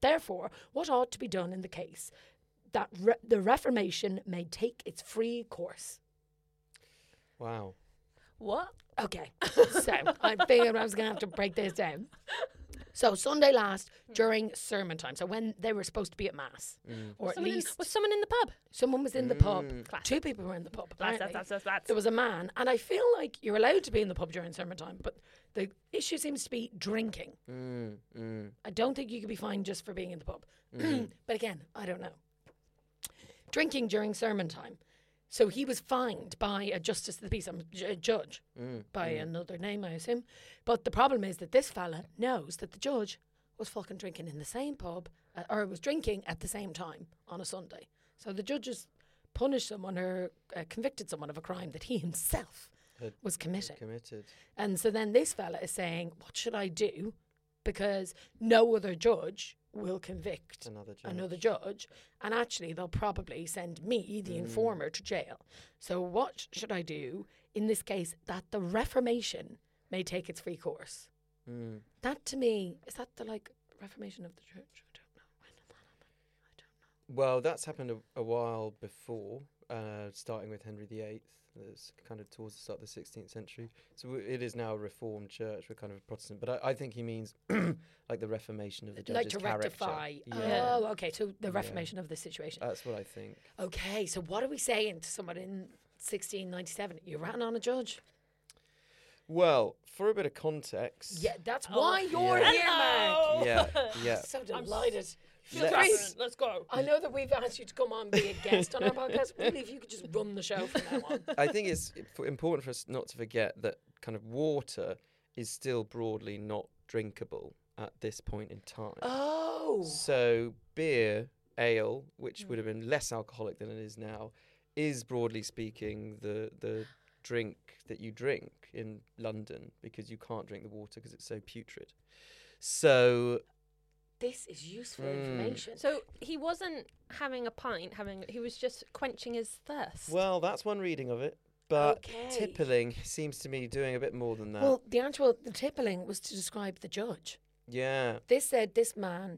Therefore, what ought to be done in the case? That re- the Reformation may take its free course.
Wow.
What?
Okay, so I figured I was going to have to break this down. So Sunday last, during sermon time, so when they were supposed to be at mass, or at
Someone in-
least
was someone in the pub?
someone was in the pub.
Mm.
Two people were in the pub.
That's,
apparently.
that's, that's, that's.
There was a man, and I feel like you're allowed to be in the pub during sermon time, but the issue seems to be drinking.
Mm, mm.
I don't think you could be fined just for being in the pub. [clears throat] but again, I don't know. Drinking during sermon time. So he was fined by a justice of the peace, um, j- a judge,
Mm,
by another name, I assume. But the problem is that this fella knows that the judge was fucking drinking in the same pub, uh, or was drinking at the same time on a Sunday. So the judge has punished someone or uh, convicted someone of a crime that he himself
Had
was committing.
Committed.
And so then this fella is saying, What should I do? Because no other judge will convict
Another judge. Mm.
another judge. And actually, they'll probably send me, the informer, to jail. So what sh- should I do in this case that the Reformation may take its free course?
Mm.
That to me, is that the like Reformation of the church? I don't know. When did that happen? I don't know.
Well, that's happened a, a while before, uh, starting with Henry VIII. That's kind of towards the start of the 16th century. So w- it is now a reformed church. We're kind of a Protestant, but I, I think he means [coughs] like the Reformation of the
Like
judge's
to
character.
rectify.
Yeah,
Oh, okay. So
Yeah. Uh,
the Reformation of the situation.
that's what I think.
Okay, so what are we saying to someone in 1697? You ran on a judge.
Well, for a bit of context,
Oh, Yeah, that's why you're
Yeah.
here, man. [laughs]
Hello.
yeah, yeah.
So delighted.
Feel
Let's-
confident. Let's go.
I know that we've asked you to come on and be a guest on our podcast. Really, if you could just run the show from now on.
I think it's f- important for us not to forget that kind of water is still broadly not drinkable at this point in time.
[laughs] Oh.
So beer, ale, which would have
Hmm.
been less alcoholic than it is now, is broadly speaking the the drink that you drink in London because you can't drink the water because it's so putrid. So
This is useful
Mm.
information.
So he wasn't having a pint, having he was just quenching his thirst.
well, that's one reading of it, but
Okay.
tippling seems to me doing a bit more than that.
Well, the actual the tippling was to describe the judge.
yeah.
This said, this man,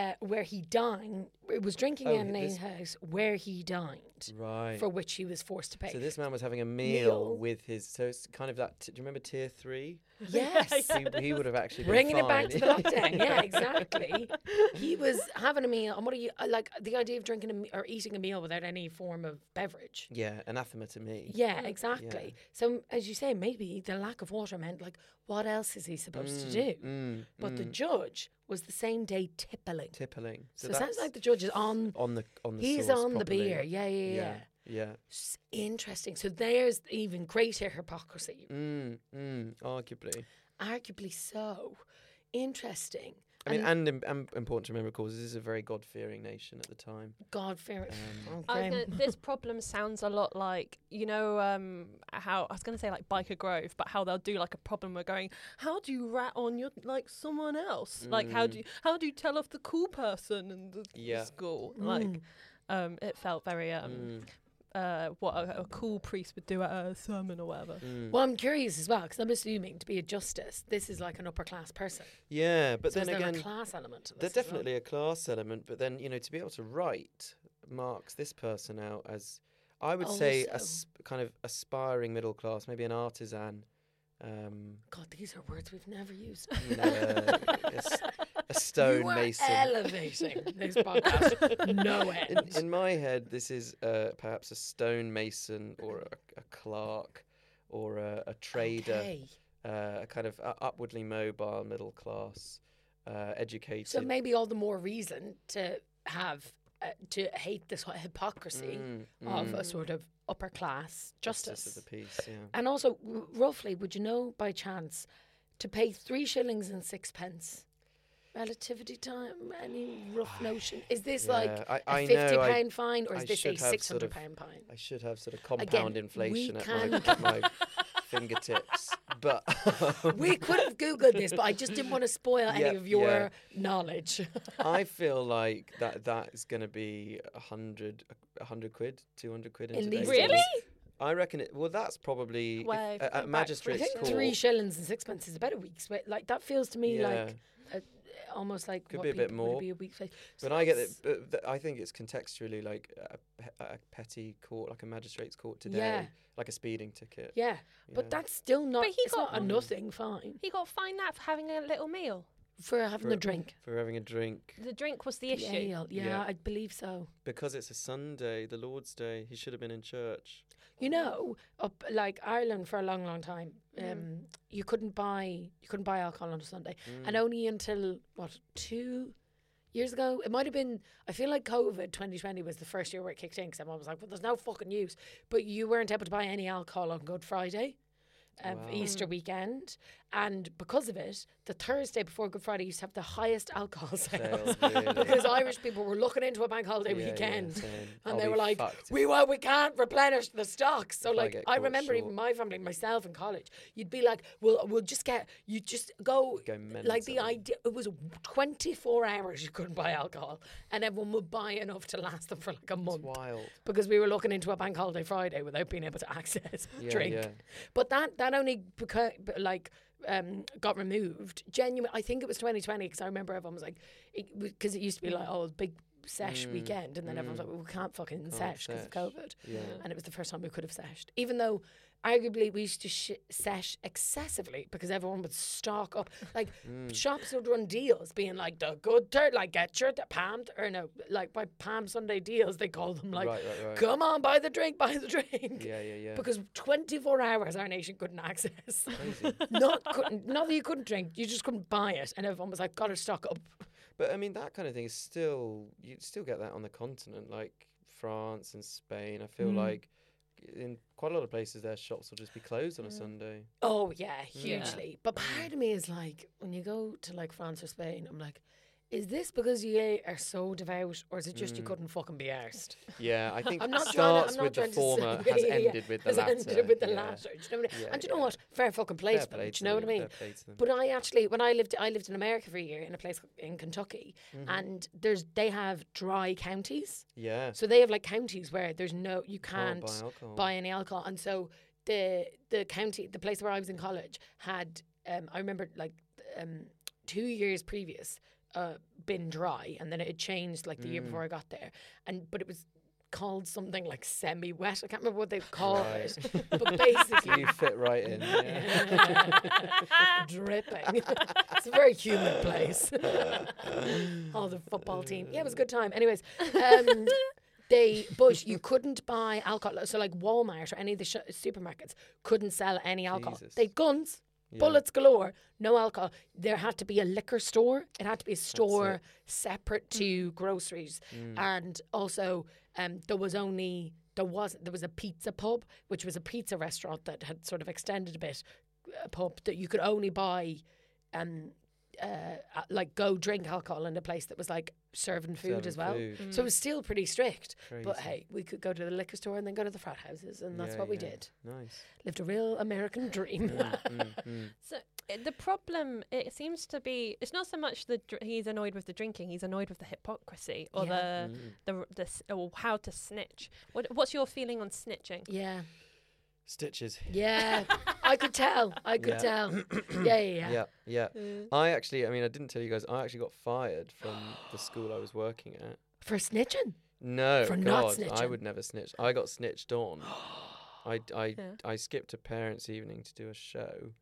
uh, where he dined, it was drinking
Oh,
in an
this-
house where he dined,
Right.
for which he was forced to pay.
So
[laughs]
this man was having a meal,
Meal.
with his. So it's kind of that. T- do you remember tier
[laughs]
three? [laughs]
yes.
Yeah,
he, he would have actually been
Bringing it back to
fined.
the lockdown, yeah, exactly. He was having a meal, and what are you I like? The idea of drinking a, me- or eating a meal without any form of beverage.
[laughs] yeah, anathema to me.
Yeah, exactly. So, as you say, maybe the lack of water meant like, what else is he supposed to do?
Mm,
But the
mm.
judge was the same day tippling.
tippling.
So, it sounds like the judge is on.
on the on the.
He's
source
on the
properly.
beer. Yeah, yeah, yeah.
Yeah. Yeah.
S- Interesting. So there's even greater hypocrisy.
Mm, mm, arguably.
Arguably so. Interesting.
I mean, and, im- and important to remember, of course, this is a very God-fearing nation at the time.
God fearing.
Um,
I was gonna, this problem sounds a lot like you know um, how I was going to say like Biker Grove, but how they'll do like a problem. We're going, how do you rat on your like someone else? Like how do you how do you tell off the cool person in the
Yeah.
school?
Mm.
Like um, it felt very um, uh, what a, a cool priest would do at a sermon or whatever.
mm,
[laughs] Well, I'm curious as well because I'm assuming to be a justice, this is like an upper class person.
yeah, but
So
then
is there
again,
a class element to
there's
this? as well?
definitely a class element. But then you know, to be able to write marks this person out as, I
Oh,
would say, a
Also-
s- kind of aspiring middle class, maybe an artisan. Um,
God, these are words we've never used.
you know, a, a
[laughs]
s- a
you are
stonemason.
elevating
[laughs]
this podcast. no end.
in, in my head, this is uh, perhaps a stonemason or a, a clerk or a, a trader,
Okay.
uh, a kind of uh, upwardly mobile middle class, uh, educated.
So maybe all the more reason to have uh, to hate this hy- hypocrisy
Mm,
of
mm.
a sort of upper class justice.
of the peace, yeah.
and also, w- roughly, would you know by chance to pay three shillings and sixpence? Relativity time? Any rough notion? Is this like
Ah, Yeah,
a
I- I know, I-
fifty pound fine, or is
I
this a
should have
six
sort
hundred
of- [laughs]
pound fine?
I should have sort of
Again,
compound
we
inflation at
can-
my, [laughs] at my fingertips, but um,
we could have googled this, but I just didn't want to spoil
Yeah,
any of your
yeah.
knowledge. [laughs]
I feel like that that is going to be a hundred, a hundred quid, two hundred quid in
In
today's
these
dollars.
days.
I reckon it. Well, that's probably if-
Well,
at, at
back
I
magistrate's
think
court.
three shillings and sixpence is about a week's wage. Like that feels to me like a, almost like
Could
what
be a bit
people would
more.
Be a week's wage. So
But I get
that's-
that. But th- I think it's contextually like a, pe- a petty court, like a magistrate's court today,
Yeah.
like a speeding ticket.
Yeah, but
Yeah.
that's still not.
But he
it's not
got-
a nothing fine
He got fined that for having a little meal.
for having
For-
a drink.
For having a drink,
The drink was the
The
issue.
ale, Yeah,
Yeah.
I believe so.
because it's a Sunday, the Lord's Day, he should have been in
[laughs]
church.
You know, up like Ireland for a long, long time, um, you couldn't buy you couldn't buy alcohol on a Sunday,
Mm.
and only until what two years ago it might have been. I feel like COVID twenty twenty was the first year where it kicked in because everyone was like, "Well, there's no fucking use," but you weren't able to buy any alcohol on Good Friday. Of
Wow. Mm.
Easter weekend, and because of it, the Thursday before Good Friday used to have the highest [laughs] alcohol sales
Sales, really.
because Irish people were looking into a bank holiday
Yeah, yeah,
weekend,
saying,
[laughs] and
"I'll
they
be
were like,
fucked
"We well, we can't replenish the stocks. So,
If I
like,
get
I,
caught
remember even
short.
my family, myself in college, you'd be like, "We'll, we'll just get you just go."
Go
like the
mental.
idea, it was 24 hours you couldn't buy alcohol, and everyone would buy enough to last them for like a month.
It's wild.
Because we were looking into a bank holiday Friday without being able to [laughs] access
Yeah,
drink,
yeah.
but that that only because like um, got removed. Genuine, I think it was 2020 because I remember everyone was like, because it, used to be
Mm.
like, oh, big sesh weekend, and then everyone was like, well, we can't fucking sesh because of
sesh.
COVID
Yeah.
and it was the first time we could have seshed. Even though, arguably, we used to sh- sesh excessively because everyone would stock up. Like
Mm.
shops would run deals, being like the good dirt, like get your the palm or no, like by palm Sunday deals they call them. Like,
Right, right, right.
come on, buy the drink, buy the drink.
Yeah, yeah, yeah.
Because 24 hours our nation couldn't [laughs] access. Not couldn't, not that you couldn't drink, you just couldn't buy it, and everyone was like, "Gotta stock up."
But I mean, that kind of thing is still you still get that on the continent, like France and Spain. I feel
Mm.
like in quite a lot of places, their shops will just be closed on a
Mm.
Yeah.
Sunday.
Oh yeah,
Yeah. Mm.
hugely. But part of me is like, when you go to like France or Spain, I'm like, is this because you are so devout, or is it just you
Mm.
couldn't fucking be
[laughs]
arsed?
Yeah,
[laughs]
I think
I'm not
starts
trying to, I'm not
with the
trying
former,
to say,
has
[laughs] yeah, yeah,
ended with the
has
latter.
ended with the
yeah.
latter. Do you know what I mean?
Yeah,
and do you know
yeah.
what? Fair fucking play
Fair
to them. Do
play
you
to
know what I
them,
mean?
fair play to them.
But I actually, when I lived, I lived in America for a year in a place in Kentucky,
Mm-hmm.
and there's they have dry counties,
yeah,
[laughs] so they have like counties where there's no you
can't Oh,
can't
buy alcohol.
buy any alcohol, and so the the county, the place where I was in college, had um, I remember like um, two years previous uh, been dry, and then it had changed like the
Mm.
year before I got there, and but it was called something like semi-wet. I can't remember what they called
Right.
it, but
[laughs]
basically
you fit right
[laughs]
in. Yeah.
dripping. it's a very humid place. [laughs] All the football team. Yeah, it was a good time. Anyways, um, they but you couldn't buy alcohol. So like Walmart or any of the sh- supermarkets couldn't sell any alcohol.
Jesus.
They had guns.
Yeah.
Bullets galore, no alcohol. There had to be a liquor store. It had to be a store separate to groceries,
Mm.
and also um, there was only there was there was a pizza pub, which was a pizza restaurant that had sort of extended a bit, a pub that you could only buy, um, uh, uh, like go drink alcohol in a place that was like serving food
Serving
as well.
food.
So it was still pretty strict. But
Crazy.
hey, we could go to the liquor store and then go to the frat houses, and that's
Yeah,
what we
yeah.
did.
Nice.
[laughs] Lived a real American dream. [laughs]
Mm, mm.
So uh, the problem it seems to be it's not so much the dr- he's annoyed with the drinking he's annoyed with the hypocrisy or
Yeah.
the
Mm.
the r- the s- or how to snitch. What what's your feeling on snitching?
yeah.
Stitches.
Yeah, I could tell. I could
Yeah. [clears throat]
tell. Yeah, yeah, yeah. Mm.
Yeah, yeah. I actually, I mean, I didn't tell you guys. I actually got fired from the school I
[gasps]
was working at.
For snitching.
No,
For
God,
not
I
snitching.
would never snitch. I got snitched
[gasps]
on. I, I,
Yeah.
I skipped a parents' evening to do a show,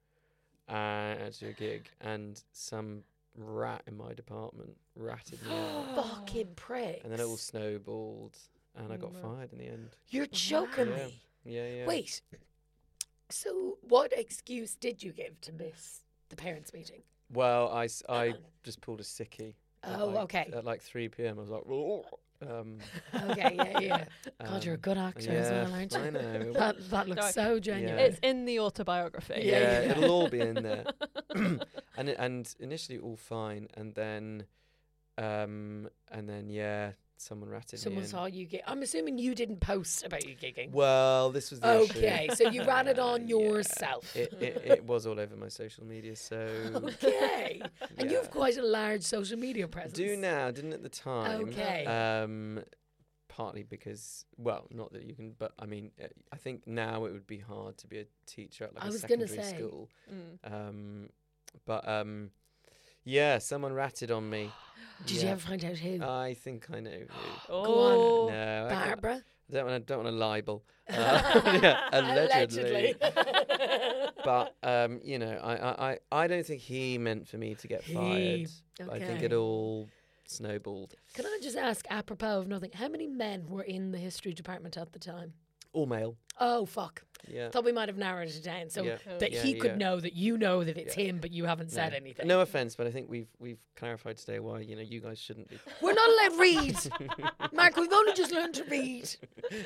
and to do a gig, and some rat in my department ratted me
[gasps]
out,
Fucking pricks.
Oh. and then it all snowballed, and I got
Wow.
fired in the end.
You're joking
Yeah.
me.
Yeah, yeah.
Mm. Wait. So, what excuse did you give to miss the parents' meeting?
Well, I, s- I just pulled a sickie. at
Uh-huh. Oh,
like-
okay.
At like 3 p.m., I was like, [laughs] "Whoa." um,
Okay, yeah, yeah. God, you're a
um,
good actor as
yeah,
well, aren't you?
I know.
[laughs] That, that looks so genuine.
Yeah.
It's in the autobiography.
Yeah,
[laughs]
yeah,
yeah.
it'll all be in there.
[laughs]
[clears throat] and it- and initially all fine, and then, um, and then yeah, someone ratted
Someone
me. in.
saw you gig. I'm assuming you didn't post about you gigging.
Well, this was the issue.
okay, so
[laughs]
you ran it
Uh,
on
yeah.
yourself.
It,
[laughs]
it it was all over my social media, so [laughs]
okay. And
yeah.
you've quite a large social media presence.
do now, didn't at the time.
Okay.
Um, partly because, well, not that you can, but I mean, uh, I think now it would be hard to be a teacher at like
I
a
was gonna
secondary
say.
school.
Mm.
Um, but um, yeah, someone ratted on me.
Did you
Yeah.
ever find out who?
I think I know who.
Oh.
No, I can't-
Barbara. [laughs]
I don't want to don't want to libel. [laughs] Uh, [laughs] yeah,
[laughs]
allegedly. [laughs] But um, you know, I, I, I, I don't think he meant for me to get
He-
fired. I think it
okay.
all snowballed.
Can I just ask, apropos of nothing, how many men were in the history department at the time?
All male.
Oh fuck!
Yeah.
Thought we might have narrowed it down so
Uh, Yeah.
that
Yeah,
he could
yeah.
know that you know that it's
Yeah.
him, but you haven't said
No.
anything.
No offense, but I think we've we've clarified today why you know you guys shouldn't be.
we're not allowed to read, Mark. We've only just learned to read.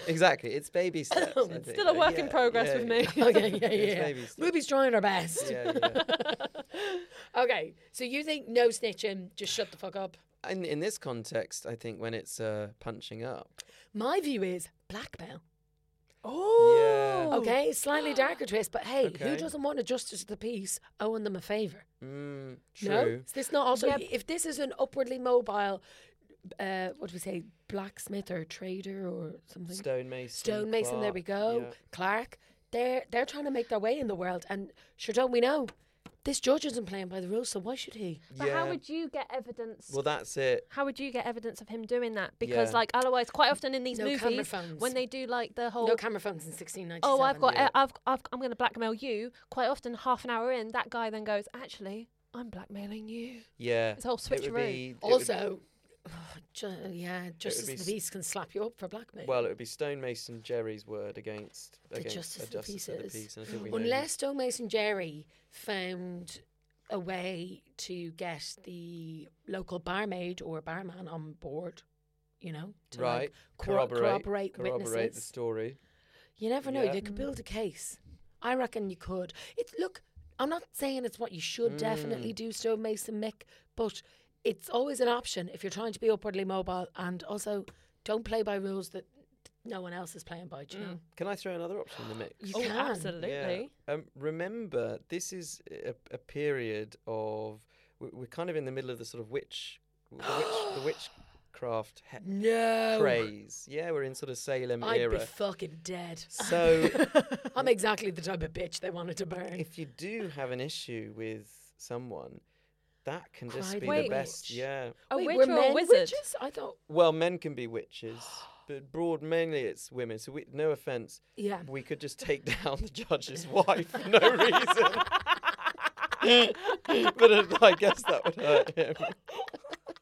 exactly, it's baby steps. I think.
Still a
Uh,
work in
yeah,
progress
yeah,
with
yeah.
me.
Okay, yeah,
It's
yeah. yeah.
baby steps.
Ruby's trying her best.
Yeah, yeah.
[laughs] Okay, so you think no snitching, just shut the fuck up.
In, in this context, I think when it's uh, punching up,
My view is blackmail.
Oh.
Okay, slightly [gasps] darker twist, but hey, who
Okay.
doesn't want a justice of the peace owing them a favour?
mm,
No,
true.
is this not also
Yeah.
if this is an upwardly mobile, uh, what do we say, blacksmith or trader or something,
Stonemason.
stonemason? there we
Clark,
go, Clark. They're they're trying to make their way in the world, and sure don't we know, this judge isn't playing by the rules, so why should he?
Yeah.
But how
Yeah.
would you get evidence?
Well, that's it.
how would you get evidence of him doing that? Because
Yeah.
like otherwise, quite often in these
No camera
movies,
phones.
when they do like the whole
No camera phones in 1697.
oh, I've got,
Yeah.
I've, I've, I'm going to blackmail you. Quite often, half an hour in, that guy then goes, actually, I'm blackmailing you.
Yeah.
It's a whole
It would
switcheroo.
be- it would-
Also, oh, ju- yeah, justice
be
of
s-
the peace can slap you up for blackmail.
well, it would be stonemason Jerry's word against against
Justice
a
of the
justice of the
Peace is- [gasps]
peace, and I think we know who-
Unless Joe Mason Jerry found uh, a way to get the local barmaid or barman on board, you know, to like,
right.
corro-
corroborate, corroborate
corroborate,
the
witnesses.
story.
You never know.
Yeah.
You could build a case. I reckon you could. It's look. I'm not saying it's what you should
Mm.
definitely do, so Mason Mick, but it's always an option if you're trying to be upwardly mobile, and also don't play by rules that no one else is playing by. Do you know?
Can I throw another option in the mix?
Hmm. You
Oh,
can.
absolutely.
Yeah. Um, remember, this is a, a period of we- we're kind of in the middle of the sort of
[gasps]
witch, the witch, the witchcraft he-
No,
craze. Yeah, we're in sort of Salem
I'd
era.
be fucking dead.
so
[laughs] I'm exactly the type of bitch they wanted to burn.
if you do have an issue with someone, that can just
Cried
be the
witch.
best. Yeah.
A
Wait,
witch
were
or a
men
wizard?
Witches? I thought.
Well, men can be witches,
[gasps]
but broad mainly it's women. So we, no offense,
Yeah.
we could just
[laughs]
take down the judge's wife for no reason. [laughs] but it, I guess that would hurt him.
[laughs]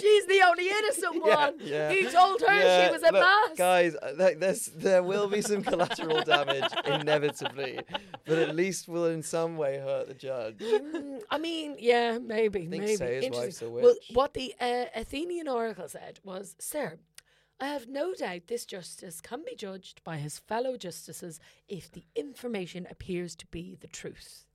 She's the only innocent one.
[laughs] yeah.
He told her
Yeah,
she was a
look,
mass.
Guys, uh, there- there's, there will be some collateral
[laughs]
damage inevitably, but at least will in some way hurt the judge.
Mm, I mean, yeah, maybe,
think
maybe.
so, his
Interesting.
wife's a
Well,
witch.
what the uh, Athenian oracle said was, "Sir, I have no doubt this justice can be judged by his fellow justices if the information appears to be the truth."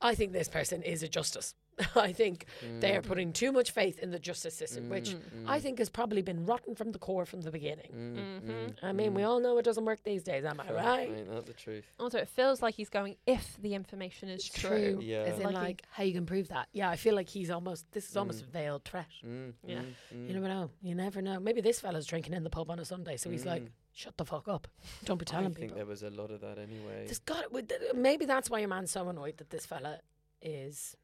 I think this person is a justice. [laughs] I think they are
Mm.
putting too much faith in the justice system, which I think has probably been rotten from the core from the beginning.
Mm,
Mm-hmm. I mean, we all know it doesn't work these days, am I right?
Ain't that the truth?
Also, it feels like he's going if the information is true.
Yeah.
As in,
Like he-
like, how you can prove that? Yeah, I feel like he's almost. This is almost a veiled threat.
Mm,
Yeah.
mm, mm.
You never know. You never know. Maybe this fella's drinking in the pub on a Sunday, so he's like, "Shut the fuck up! Don't be
Mm. I
telling
think
people."
there was a lot of that anyway.
There's got maybe that's why your man's so annoyed that this fella is.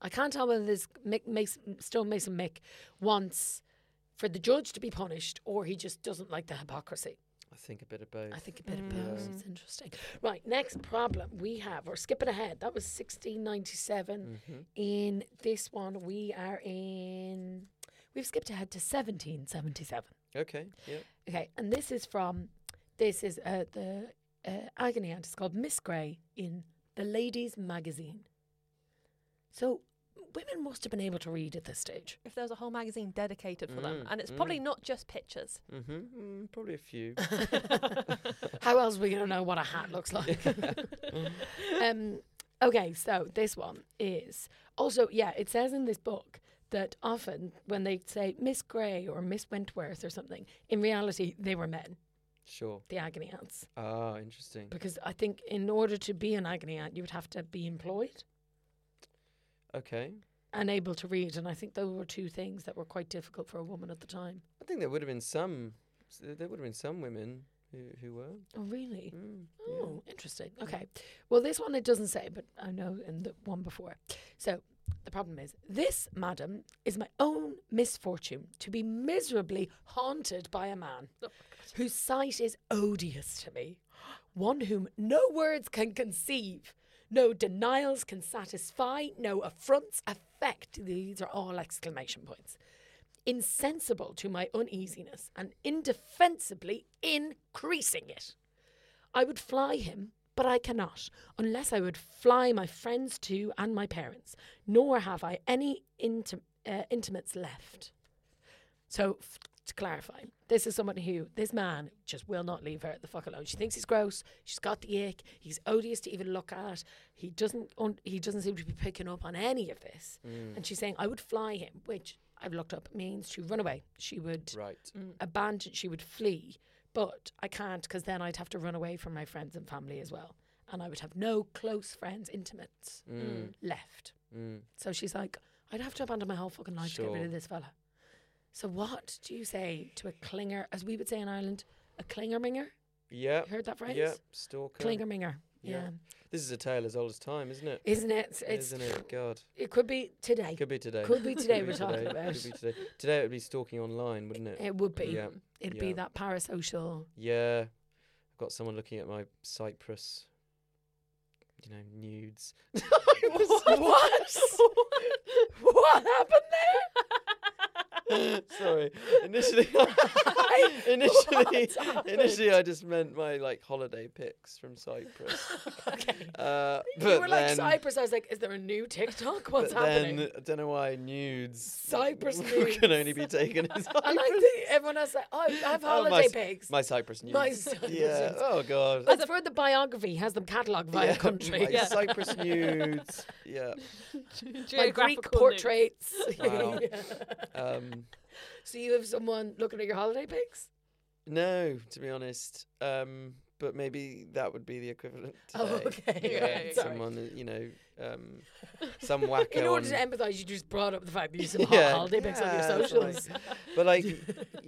I can't tell whether this Mick, Mason, Stone Mason Mick wants for the judge to be punished, or he just doesn't like the hypocrisy.
I think a bit of both.
I think a bit of
Mm.
both. It's interesting. Right, next problem we have. We're skipping ahead. That was
Mm.
1697.
Mm-hmm.
In this one, we are in. We've skipped ahead to 1777.
Okay. Yeah.
Okay, and this is from. This is uh, the uh, agony aunt. It's called Miss Grey in the Ladies' Magazine. So women must have been able to read at this stage.
If there was a whole magazine dedicated for them,
Mm,
and it's probably not just [laughs] pictures.
Mm-hmm. Mm, probably a
[laughs]
few. [laughs]
How else are we going to know what a hat looks like? um, okay, so this one is also, yeah, it says in this book that often when they say Miss Grey or Miss Wentworth or something, in reality, they were men,
sure.
the agony aunts.
Ah, interesting.
Because I think in order to be an agony aunt, you would have to be employed
Okay.
and able to read. And I think those were two things that were quite difficult for a woman at the time.
I think there would have been some. s- There would have been some women who, who were.
Oh, really?
Mm, yeah.
Oh, interesting. Okay. Well, this one it doesn't say, but I know in the one before. So the problem is this, madam, is my own misfortune to be miserably haunted by a man
Oh,
whose sight is odious to me, one whom no words can conceive, no denials can satisfy, no affronts affect. These are all exclamation points. Insensible to my uneasiness and indefensibly increasing it. I would fly him, but I cannot, unless I would fly my friends too and my parents, nor have I any inti- uh, intimates left. So, f- to clarify, this is someone who, this man just will not leave her the fuck alone. She thinks he's gross. She's got the ick. He's odious to even look at. He doesn't, un- he doesn't seem to be picking up on any of this. And she's saying, I would fly him, which I've looked up means to run away. She would
Right.
abandon she would flee but i can't because then i'd have to run away from my friends and family as well and i would have no close friends intimates left
Mm.
so she's like i'd have to abandon my whole fucking life to get rid
Sure.
of this fella so what do you say to a clinger as we would say in ireland a clinger minger
Yeah.
you heard that phrase
Yeah. Stalker.
clinger minger yeah.
Yeah. This is a tale as old as time, isn't it?
isn't it it's
Isn't it? God.
it could be today
Could be today.
Could be today we're
today.
talking about.
Could be today. Today it would be stalking online, wouldn't it?
it would be
Yeah.
it'd be
yeah. [laughs]
that parasocial
Yeah. I've got someone looking at my Cyprus, you know,
[laughs]
nudes. [laughs]
what? what happened there?
[laughs] Sorry.
[laughs]
Initially, initially, [laughs] initially, I just meant my like holiday pics from Cyprus.
[laughs] okay.
Uh, but
you were like
then,
Cyprus. I was like, is there a new
[laughs]
TikTok?
but
What's happening?
then I don't know why nudes [laughs]
Cyprus
can only be
nudes.
taken in Cyprus.
and [laughs] I think everyone else like, oh, I
[laughs]
have
Oh, my
holiday
s-
pigs.
My Cyprus nudes.
My Cyprus
yeah.
nudes.
Oh god.
That's where the biography has them catalogued by
yeah. [laughs]
country.
My
Yeah.
Cyprus
[laughs]
nudes. Yeah.
Like Greek
Geographical nudes.
portraits.
[laughs]
[laughs]
Wow.
Yeah.
Um,
So you have someone looking at your holiday
[laughs]
pics?
no, to be honest. Um, but maybe that would be the equivalent.
[laughs] Oh,
Today.
okay. [laughs]
Yeah,
Okay.
Sorry.
someone that, you know,
[laughs]
um, some wacko.
In order
on-
to empathise, you just brought up the fact that you some
[laughs]
hot
Yeah,
holiday pics on your
yeah, it's
socials.
but
[laughs]
like,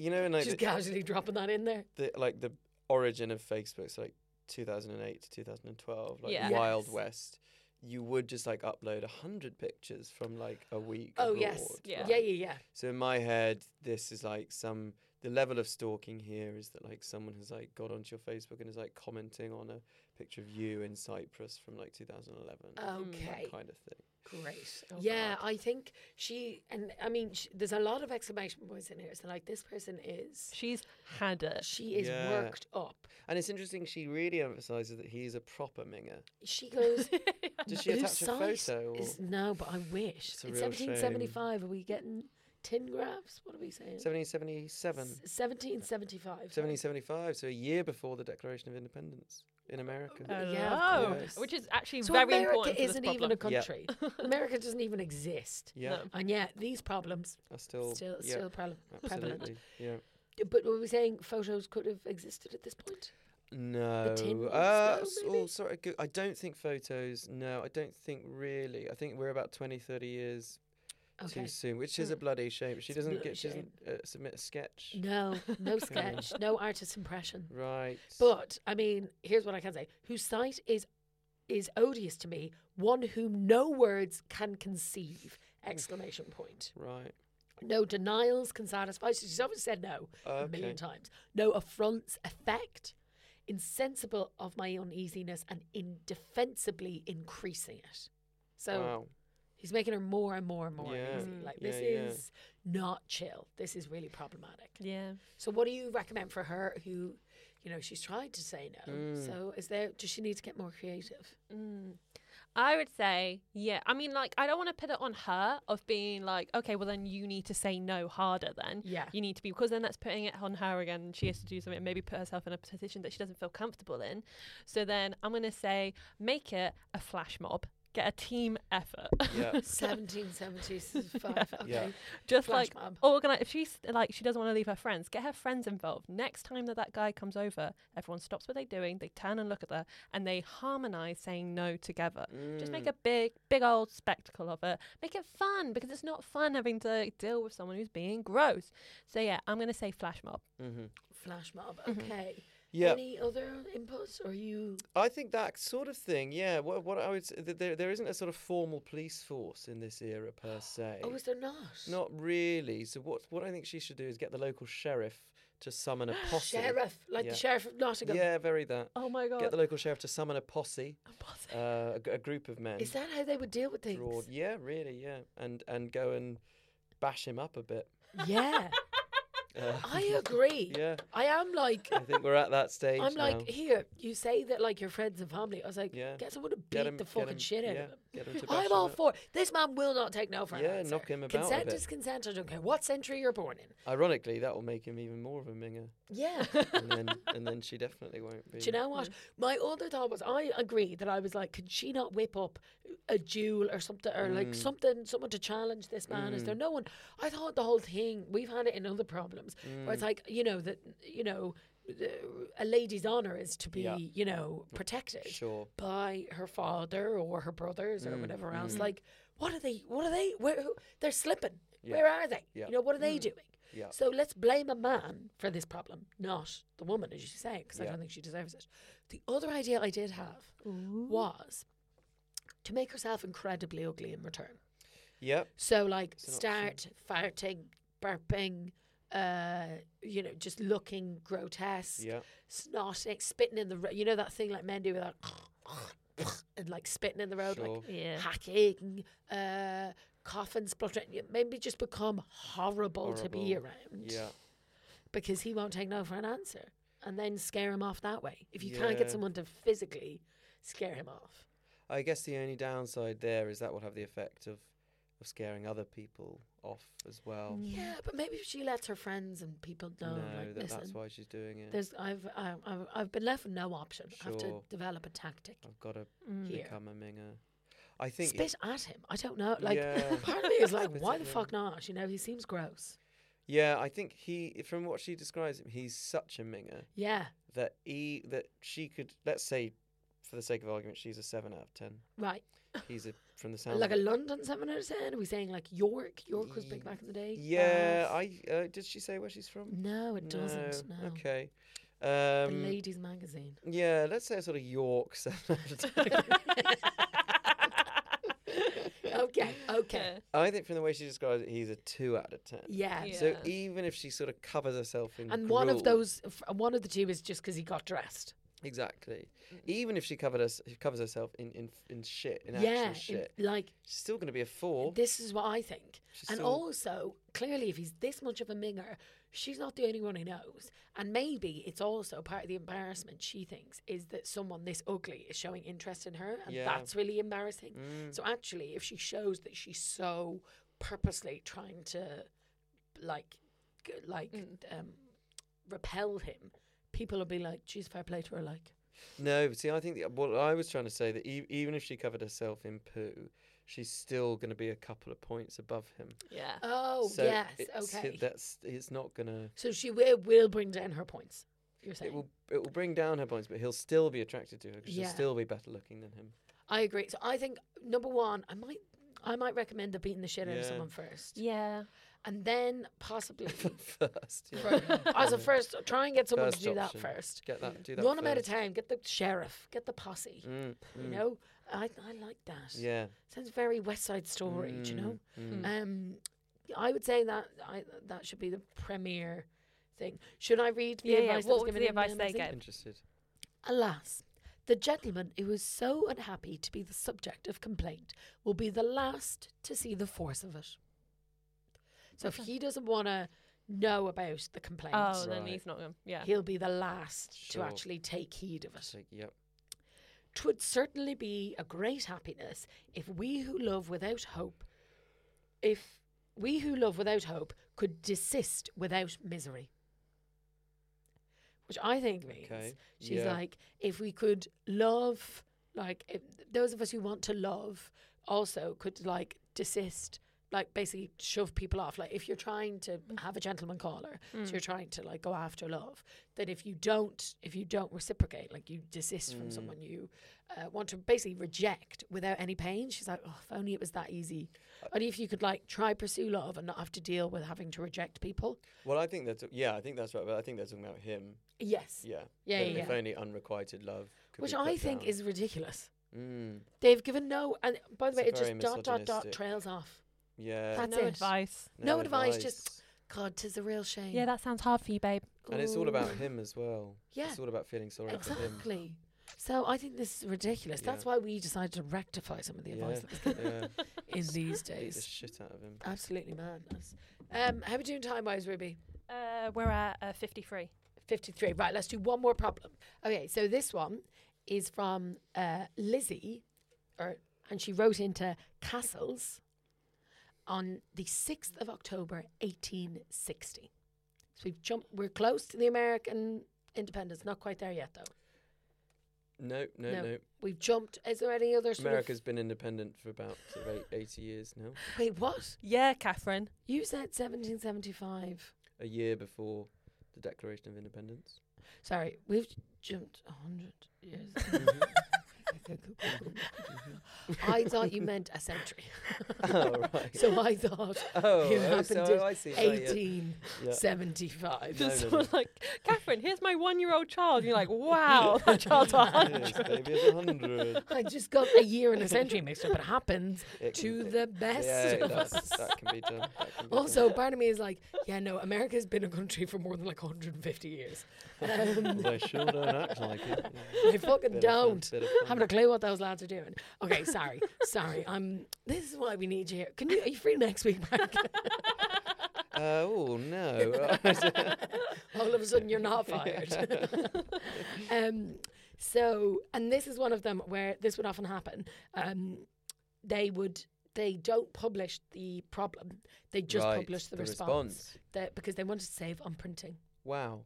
you know, in like
just
the,
casually dropping that in there.
the like the origin of Facebook's like 2008 to 2012, like
Yeah.
Wild
Yes.
West. You would just like upload a hundred pictures from like a week.
Oh
abroad,
yes.
Yeah.
Yeah,
right?
yeah, yeah.
So in my head, this is like some the level of stalking here is that like someone has like got onto your Facebook and is like commenting on a picture of you in Cyprus from like 2011.
Oh, Okay.
Mm. That kind of thing.
Great.
Oh,
yeah, I think she and I mean, sh there's a lot of exclamation points in here. So like, this person is
She's had it.
she is
Yeah.
worked up.
And it's interesting. She really emphasizes that he's a proper minger.
She
[laughs]
goes.
Does she
"Blue
attach a
sight
photo? Or?
Is, no, but I wish.
It's
It's
a real shame.
1775. Are we getting tin graphs? What are we saying?
1777.
S- 1775.
1775, so a year before the Declaration of Independence in America.
Uh, Yeah, of
Hello.
course.
Oh, Which is actually
So
very
America
important. for this
isn't even a
problem.
Yeah.
country. America doesn't even exist.
yeah,
no.
And yet these problems
I still,
still
yeah,
still prel- prevalent.
absolutely, yeah.
But were we saying photos could have existed at this point?
No,
tin was
uh,
low,
s-
maybe?
oh, sorry, go- I don't think photos. No, I don't think really. I think we're about 20, 30 years
Okay.
too soon, which is a
Mm.
bloody shame. She
It's a
doesn't
bloody
get, she doesn't uh, submit a sketch,
No, no
[laughs]
sketch, no artist impression.
right?
But I mean, here's what I can say: whose sight is is odious to me, one whom no words can conceive!
Hmm.
Exclamation point.
right,
No denials can satisfy. So She's always said no a
okay,
million times. No affronts affect, insensible of my uneasiness, and indefensibly increasing it. So
wow,
he's making her more and more and more
Yeah.
uneasy.
Mm.
Like
Yeah,
this
yeah.
is not chill. This is really problematic.
Yeah.
So what do you recommend for her who, you know, she's tried to say no.
Mm.
So is there does she need to get more creative?
Mm. I would say, yeah. I mean, like, I don't want to put it on her of being like, okay, well, then you need to say no harder then.
Yeah.
You need to be, because then that's putting it on her again. and She has to do something, maybe put herself in a position that she doesn't feel comfortable in. So then I'm going to say, make it a flash mob. Get a team effort.
[laughs]
yeah,
[laughs] Seventeen
[laughs]
seventy five.
Yeah.
Okay.
Yeah.
[laughs] Just
Flash
like
mob.
organize. If she's like she doesn't want to leave her friends, get her friends involved. Next time that that guy comes over, everyone stops what they're doing. They turn and look at her, and they harmonize saying no together. Just
Mm,
make a big, big old spectacle of it. Make it fun because it's not fun having to deal with someone who's being gross. So yeah, I'm gonna say flash mob.
mm-hmm.
Flash mob.
Mhm.
Okay.
yeah.
Any other inputs or you
I think that sort of thing, yeah. What, what I would s- th- there, there isn't a sort of formal police force in this era per
[gasps]
se.
Oh, is there not?
Not really. So what what I think she should do is get the local sheriff to summon a [gasps] posse.
Sheriff, like
Yeah.
the sheriff of Nottingham.
Yeah, very that.
Oh my god. [laughs]
Get the local sheriff to summon a posse,
I'm buzzing.
uh, a, g- a group of men.
Is that how they would deal with things?
drawn- Yeah, really, yeah, and and go and bash him up a bit.
[laughs] Yeah,
Uh,
I agree.
[laughs] yeah,
I am like,
I think we're at that stage.
I'm like,
now.
here, you say that like your friends and family. I was like,
Yeah.
get someone to beat
get him,
the
get
fucking
him-
shit out
yeah,
of him.
Get him to bash
I'm
him
all
up.
for This man will not take no for an
Yeah,
answer.
knock him about a
Consent
bit.
is consent. I don't care what century you're born in.
Ironically, that will make him even more of a minger, [laughs]
Yeah.
and then and then she definitely won't be.
[laughs] Do you know
Mm.
what? My other thought was, I agree that I was like, could she not whip up a duel or something, or
Mm.
like something, someone to challenge this man? Is there no one? I thought the whole thing. We've had it in other problems where
Mm.
it's like, you know, that you know, the- a lady's honor is to be,
Yeah.
you know, protected
Sure.
by her father or her brothers
Mm,
or whatever else. Like, what are they? What are they? Where who, they're slipping?
Yeah.
Where are they?
Yeah. Mm.
You know, what are they doing?
Yeah.
So let's blame a man for this problem, not the woman, as you say, because I
Yeah.
don't think she deserves it. The other idea I did have was to make herself incredibly ugly in return.
Yep.
So, like,
an
start farting, burping, uh, you know, just looking grotesque,
Yeah.
snotting, spitting in the road. You know that [sniffs] thing like men do with that, and like spitting in the road, like
Sure.
Yeah.
hacking, uh, coughing, spluttering, you maybe just become horrible, to be
Horrible.
around
Yeah.
because he won't take no for an answer and then scare him off that way. If you can't get
Yeah.
someone to physically scare him off.
I guess the only downside there is that will have the effect of, of scaring other people off as well.
Yeah, but maybe if she lets her friends and people know,
Mm. no,
Mm, like,
that,
listen,
that's why she's doing it.
there's, I've, I've, I've- I've been left with no option. I have to
Sure.
develop a tactic.
I've got to
Here.
become a minger. I think.
Spit at him. I don't know. Like, [laughs]
Yeah.
part of me is
[laughs]
like,
Spit
why
at
the
him.
fuck not? You know, he seems gross.
Yeah, I think he, from what she describes him, he's such a minger
Yeah,
that he that she could, let's say, for the sake of argument, she's a seven out of ten.
right.
He's a from the sound.
like a
of it-
London 7 out of 10? Are we saying like York? York was big
Ye-
back in the day.
Yeah,
Bath?
I uh, did. She say where she's from?
No, it doesn't. No.
Okay.
The
Um,
ladies' magazine. [laughs]
yeah, let's say a sort of York [laughs] seven out of ten.
Okay,
[laughs]
okay.
I think from the way she describes it, he's a two out of ten.
Yeah.
Yeah.
So even if she sort of covers herself in
And one of
gruel-
those, f- one of the two is just because he got dressed.
exactly,
Mm-hmm.
even if she covered us, covers herself in in, in shit, in
yeah,
actual shit,
in- like
she's still going to be a four.
this is what I think.
She's
and
still-
also, clearly, if he's this much of a minger, she's not the only one he knows. And maybe it's also part of the embarrassment she thinks is that someone this ugly is showing interest in her, and
Yeah.
that's really embarrassing.
Mm.
So actually, if she shows that she's so purposely trying to, like, g- like,
Mm.
um, repel him, people will be like, "She's fair play to her." Like,
No, but see, I think the, what I was trying to say that e- even if she covered herself in poo, she's still going to be a couple of points above him.
Yeah.
oh
So
yes,
it's,
okay.
That's it's not going to.
so she will will bring down her points. You're saying
It will it will bring down her points, but he'll still be attracted to her because
Yeah.
she'll still be better looking than him. [laughs]
I agree. So I think number one, I might I might recommend the beating the shit out of
Yeah.
someone first,
Yeah.
and then
[laughs]
possibly
First, yeah.
as a first, try and get someone
First
to do
option.
that first.
get that. Do that.
Run them out of
first.
town. Get the sheriff. Get the posse.
Mm,
You
mm.
know, I I like that.
Yeah.
Sounds very West Side Story. Do you know?
Mm,
Um, I would say that I that should be the premier thing. Should I read the
Yeah, yeah.
advice? that
What
was
was
given
the
in the
advice they
magazine?
mm.
get?
Interested.
Alas, the gentleman who was so unhappy to be the subject of complaint will be the last to see the force of it. So if he doesn't want to know about the complaint,
Oh, then
Right.
he's not going. Yeah.
he'll be the last
Sure.
to actually take heed of it.
So, yep.
'Twould certainly be a great happiness if we who love without hope, if we who love without hope could desist without misery. Which I think means
Okay.
She's
Yeah.
like, if we could love, like if those of us who want to love also could like desist, like basically shove people off. Like if you're trying to have a gentleman caller,
Hmm. Mm.
so you're trying to like go after love, then if you don't, if you don't reciprocate, like you desist
Mm.
from someone you uh, want to basically reject without any pain. She's like, oh, if only it was that easy.
Uh,
Only if you could like try pursue love and not have to deal with having to reject people.
Well, I think that's yeah. I think that's right. But I think that's talking about him.
Yes.
Yeah.
Yeah,
That
yeah,
If
yeah.
only unrequited love. Could
Which
be
I
put
think
down.
is ridiculous.
Mm,
They've given no, and by the way, it
It's
just
very
dot dot dot
misogynistic.
trails off.
yeah.
That's
no
it.
advice.
no advice, just- God, 'tis a real shame.
Yeah, that sounds hard for you, babe.
And it's all
Ooh.
about him as well.
Yeah.
It's all about feeling sorry for him.
exactly. So I think this is ridiculous.
Yeah.
That's why we decided to rectify some of the advice that was
yeah. yeah. [laughs]
in these
Beat the
days.
shit out of him.
Absolutely madness. Um, how are we doing time wise, Ruby?
Uh, we're at uh, 53.
53. Right, let's do one more problem. Okay, so this one is from uh, Lizzie, or, and she wrote into Castles on the 6th of October, 1860. So we've jumped, we're close to the American independence, not quite there yet, though.
No, no,
No.
no.
We've jumped. Is there any other sort
America's been independent for about sort of eight, 80 years now.
of. Wait, what?
Yeah, Catherine. [laughs]
You said 1775.
A year before the Declaration of Independence.
Sorry, we've jumped 100
[laughs]
years. [laughs] I thought you meant a century.
[laughs] oh, right.
[laughs] So I thought
oh,
it
oh,
happened
so
in
I see. Sorry, yeah. Yeah.
1875.
No,
Just
no,
someone
no.
like, Catherine, here's my one year old child. And you're like, wow, [laughs] that child's a 100.
Yes, baby, it's 100.
I just got a year and a century mixed up. It happens
It
to
can-
the
it-
best
Yeah,
of us.
that's, that can be done. That can be
Also, [laughs] part of me is like, yeah, no, America's been a country for more than like 150 years.
done. Well, [laughs] they sure don't act like it.
They um, fucking
Bit of fun,
don't.
bit of fun.
Haven't haven't a clue what those lads are doing. Okay, sorry, sorry. Um, this is why we need you here. Can you? Are you free next week, Mike?
Uh, oh no.
[laughs] All of a sudden, you're not fired. [laughs] um, so, and this is one of them where this would often happen. Um, they would. They don't publish the problem. They
[laughs]
just
Right,
publish the,
the
response,
response.
That- because they wanted to save on printing.
Wow,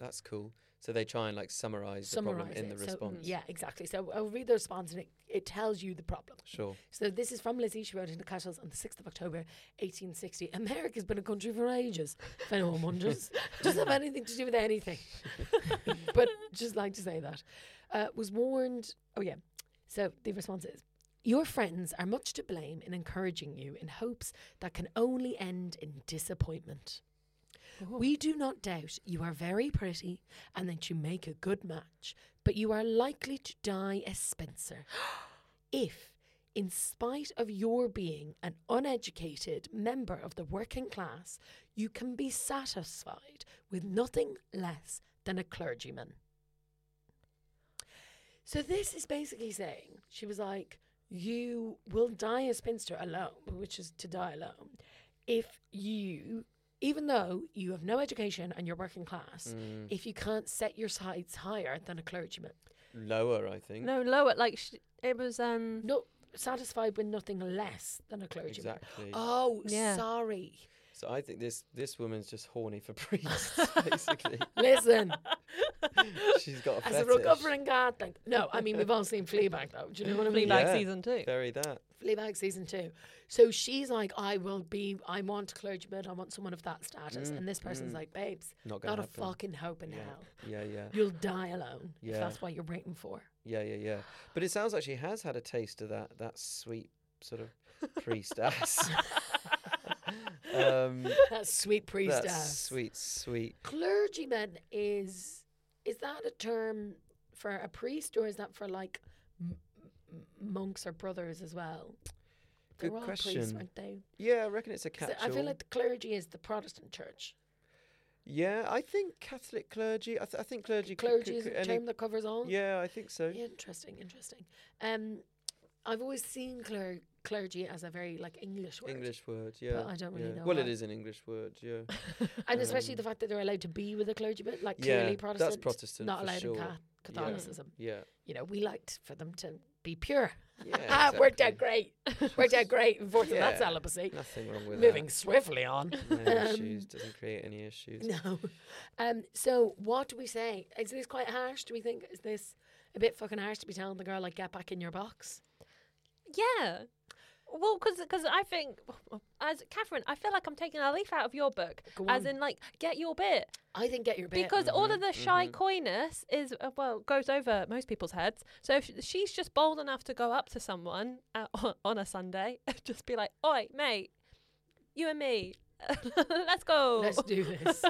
that's cool. So they try and like summarize, the
Summarize
problem in
it.
the
So, mm,
response.
yeah, exactly. So I'll read the response and it, it tells you the problem.
Sure.
So this is from Lizzie. She wrote in the Cattles on the 6th of October, 1860. America's been a country for ages, if
[laughs]
anyone wonders. [laughs] Doesn't have anything to do with anything. [laughs] but just like to say that. Uh, was warned. Oh, yeah. So the response is, your friends are much to blame in encouraging you in hopes that can only end in disappointment. We do not doubt you are very pretty and that you make a good match, but you are likely to die a Spencer if, in spite of your being an uneducated member of the working class, you can be satisfied with nothing less than a clergyman. So, this is basically saying she was like, You will die a spinster alone, which is to die alone, if you, even though you have no education and you're working class, if you can't set your sights higher than a clergyman.
Lower, I think.
No, lower. Like sh- it was. Um.
not satisfied with nothing less than a clergyman.
Exactly.
Oh,
Yeah.
sorry.
So I think this this woman's just horny
[laughs]
for priests, basically.
Listen,
She's got a
as a
fetish.
recovering Catholic. No, I mean we've all seen Fleabag though. Do you know what I mean?
Fleabag
Like,
Yeah.
season two.
Bury that.
[laughs] Fleabag season two. So she's like, I will be. I want a clergyman. I want someone of that status.
Mm,
and this person's
mm.
like, babes,
Not gonna
not a
happen.
fucking hope in
Yeah.
hell.
Yeah, yeah,
You'll die alone if
Yeah.
that's what you're waiting for.
yeah, yeah, yeah. But it sounds like she has had a taste of that that sweet sort of priest
[laughs]
ass. um,
That sweet priestess.
that sweet, sweet.
Clergyman is is that a term for a priest or is that for like m- m- monks or brothers as well? They
Good
were all priests,
question.
weren't they?
Yeah, I reckon it's a
'Cause
catch.
I feel like the clergy is the Protestant church.
Yeah, I think Catholic clergy. I, th- I think clergy. c-
Clergy
c-
is
c-
a
any-
term that covers all.
Yeah, I think so.
Interesting, interesting. Um, I've always seen cler- clergy as a very like English word,
English word. Yeah,
I don't really
yeah.
know
Well,
why.
it is an English word.
[laughs]
Yeah,
and especially
um,
the fact that they're allowed to be with a clergyman, like
Yeah,
clearly
that's
Protestant,
Protestant
not
for
allowed in
sure.
Cath- Catholicism.
yeah.
You know, we liked for them to be pure.
yeah
Ah, [laughs] worked out
exactly.
great.
[laughs]
Worked out great. Enforcing that
Yeah.
celibacy.
Nothing wrong with
Moving
that.
swiftly
[laughs]
on.
No issues doesn't create any issues.
No. [laughs] Um, so what do we say? Is this quite harsh? Do we think is this a bit fucking harsh to be telling the girl like get back in your box?
Yeah. Well, because I think, as Catherine, I feel like I'm taking a leaf out of your book,
Go
as
on.
in like get your bit,
I think get your bit. mm-hmm,
because all of the shy coyness is uh, well goes over most people's heads. So if sh- she's just bold enough to go up to someone [laughs] uh, on- on a Sunday, [laughs] just be like, "Oi, mate, you and me, [laughs] let's go."
let's
[laughs]
do this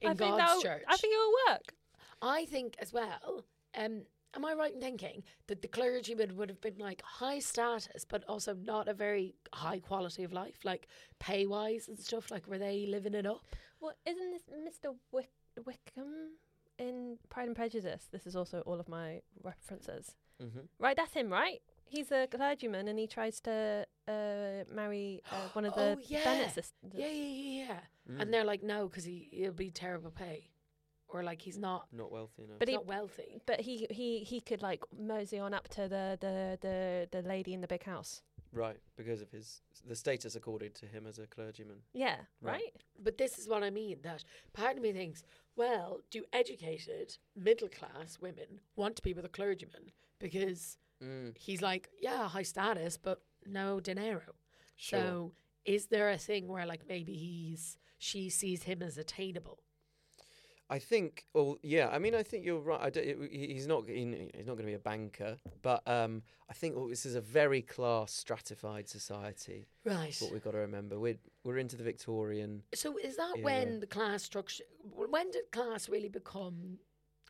in
I think
God's
that'll-
church.
I think it'll work.
I think as well. Um, am I right in thinking that the clergyman would have been like high status, but also not a very high quality of life, like pay wise and stuff? Like, were they living it up?
Well, isn't this Mr. Wick- Wickham in Pride and Prejudice? This is also all of my references.
Mm-hmm.
Right, that's him, right? He's a clergyman and he tries to uh, marry
[gasps]
uh, one of the
Oh, yeah.
Bennett sisters.
Yeah, yeah, yeah,
Mm.
yeah. And they're like, no, because he he'll be terrible pay, or like he's not,
Not wealthy enough.
But
he's
he,
not wealthy.
but he, he, he could like mosey on up to the, the, the, the lady in the big house.
right, because of his the status accorded to him as a clergyman.
Yeah,
Right.
right.
But this is what I mean. That part of me thinks, well, do educated middle class women want to be with a clergyman because
Mm,
he's like, yeah, high status, but no dinero.
sure.
So is there a thing where like maybe he's she sees him as attainable?
I think. Well, yeah. I mean, I think you're right. I don't- it- he- he's not. he- he's not going to be a banker. But um, I think oh, this is a very class stratified society.
Right.
What we've got to remember, we're we're into the Victorian.
So is that
Yeah.
when the class structure? When did class really become,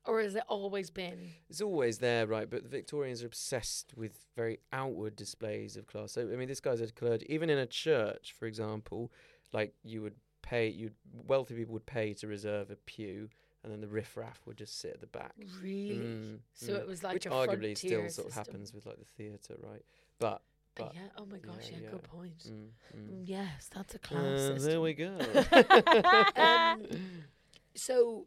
or has it always been?
It's always there, right? But the Victorians are obsessed with very outward displays of class. So I mean, this guy's a clergy. Even in a church, for example, like you would pay, you'd wealthy people would pay to reserve a pew, and then the riffraff would just sit at the back.
Really?
Mm,
so
mm.
it was like
Which
your
arguably
frontier
still sort of
system.
happens with like the theatre, right? But
Uh,
but-
yeah. Oh my gosh.
yeah,
Yeah.
yeah.
Good point.
mm, mm.
Mm, Yes, that's a
Uh,
class
there
system.
we
[laughs]
go.
um, so,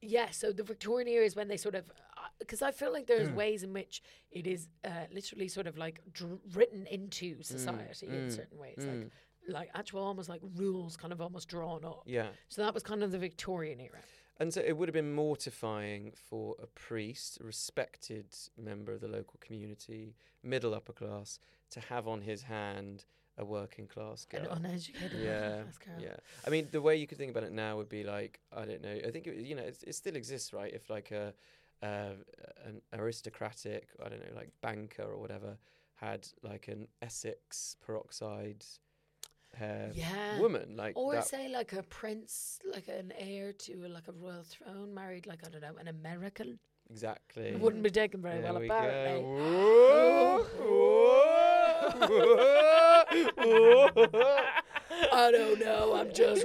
yeah. So the Victorian era is when they sort of, because I feel like there's
Mm.
ways in which it is uh, literally sort of like dr- written into society in
mm,
certain ways, like
Mm,
like actual almost like rules, kind of almost drawn up.
yeah.
So that was kind of the Victorian era.
And so it would have been mortifying for a priest, a respected member of the local community, middle upper class, to have on his hand a working class girl.
An uneducated working
yeah,
class girl.
yeah. I mean, the way you could think about it now would be like, I don't know. I think it, you know, it, it still exists, right? If like a uh, an aristocratic, I don't know, like banker or whatever, had like an Essex peroxide hair
Yeah.
woman, like
Or
that
say like a prince, like an heir to like a royal throne, married like I don't know, an American.
exactly.
It wouldn't be taken very
There
well
we
apparently.
go.
I don't know. I'm
[laughs]
just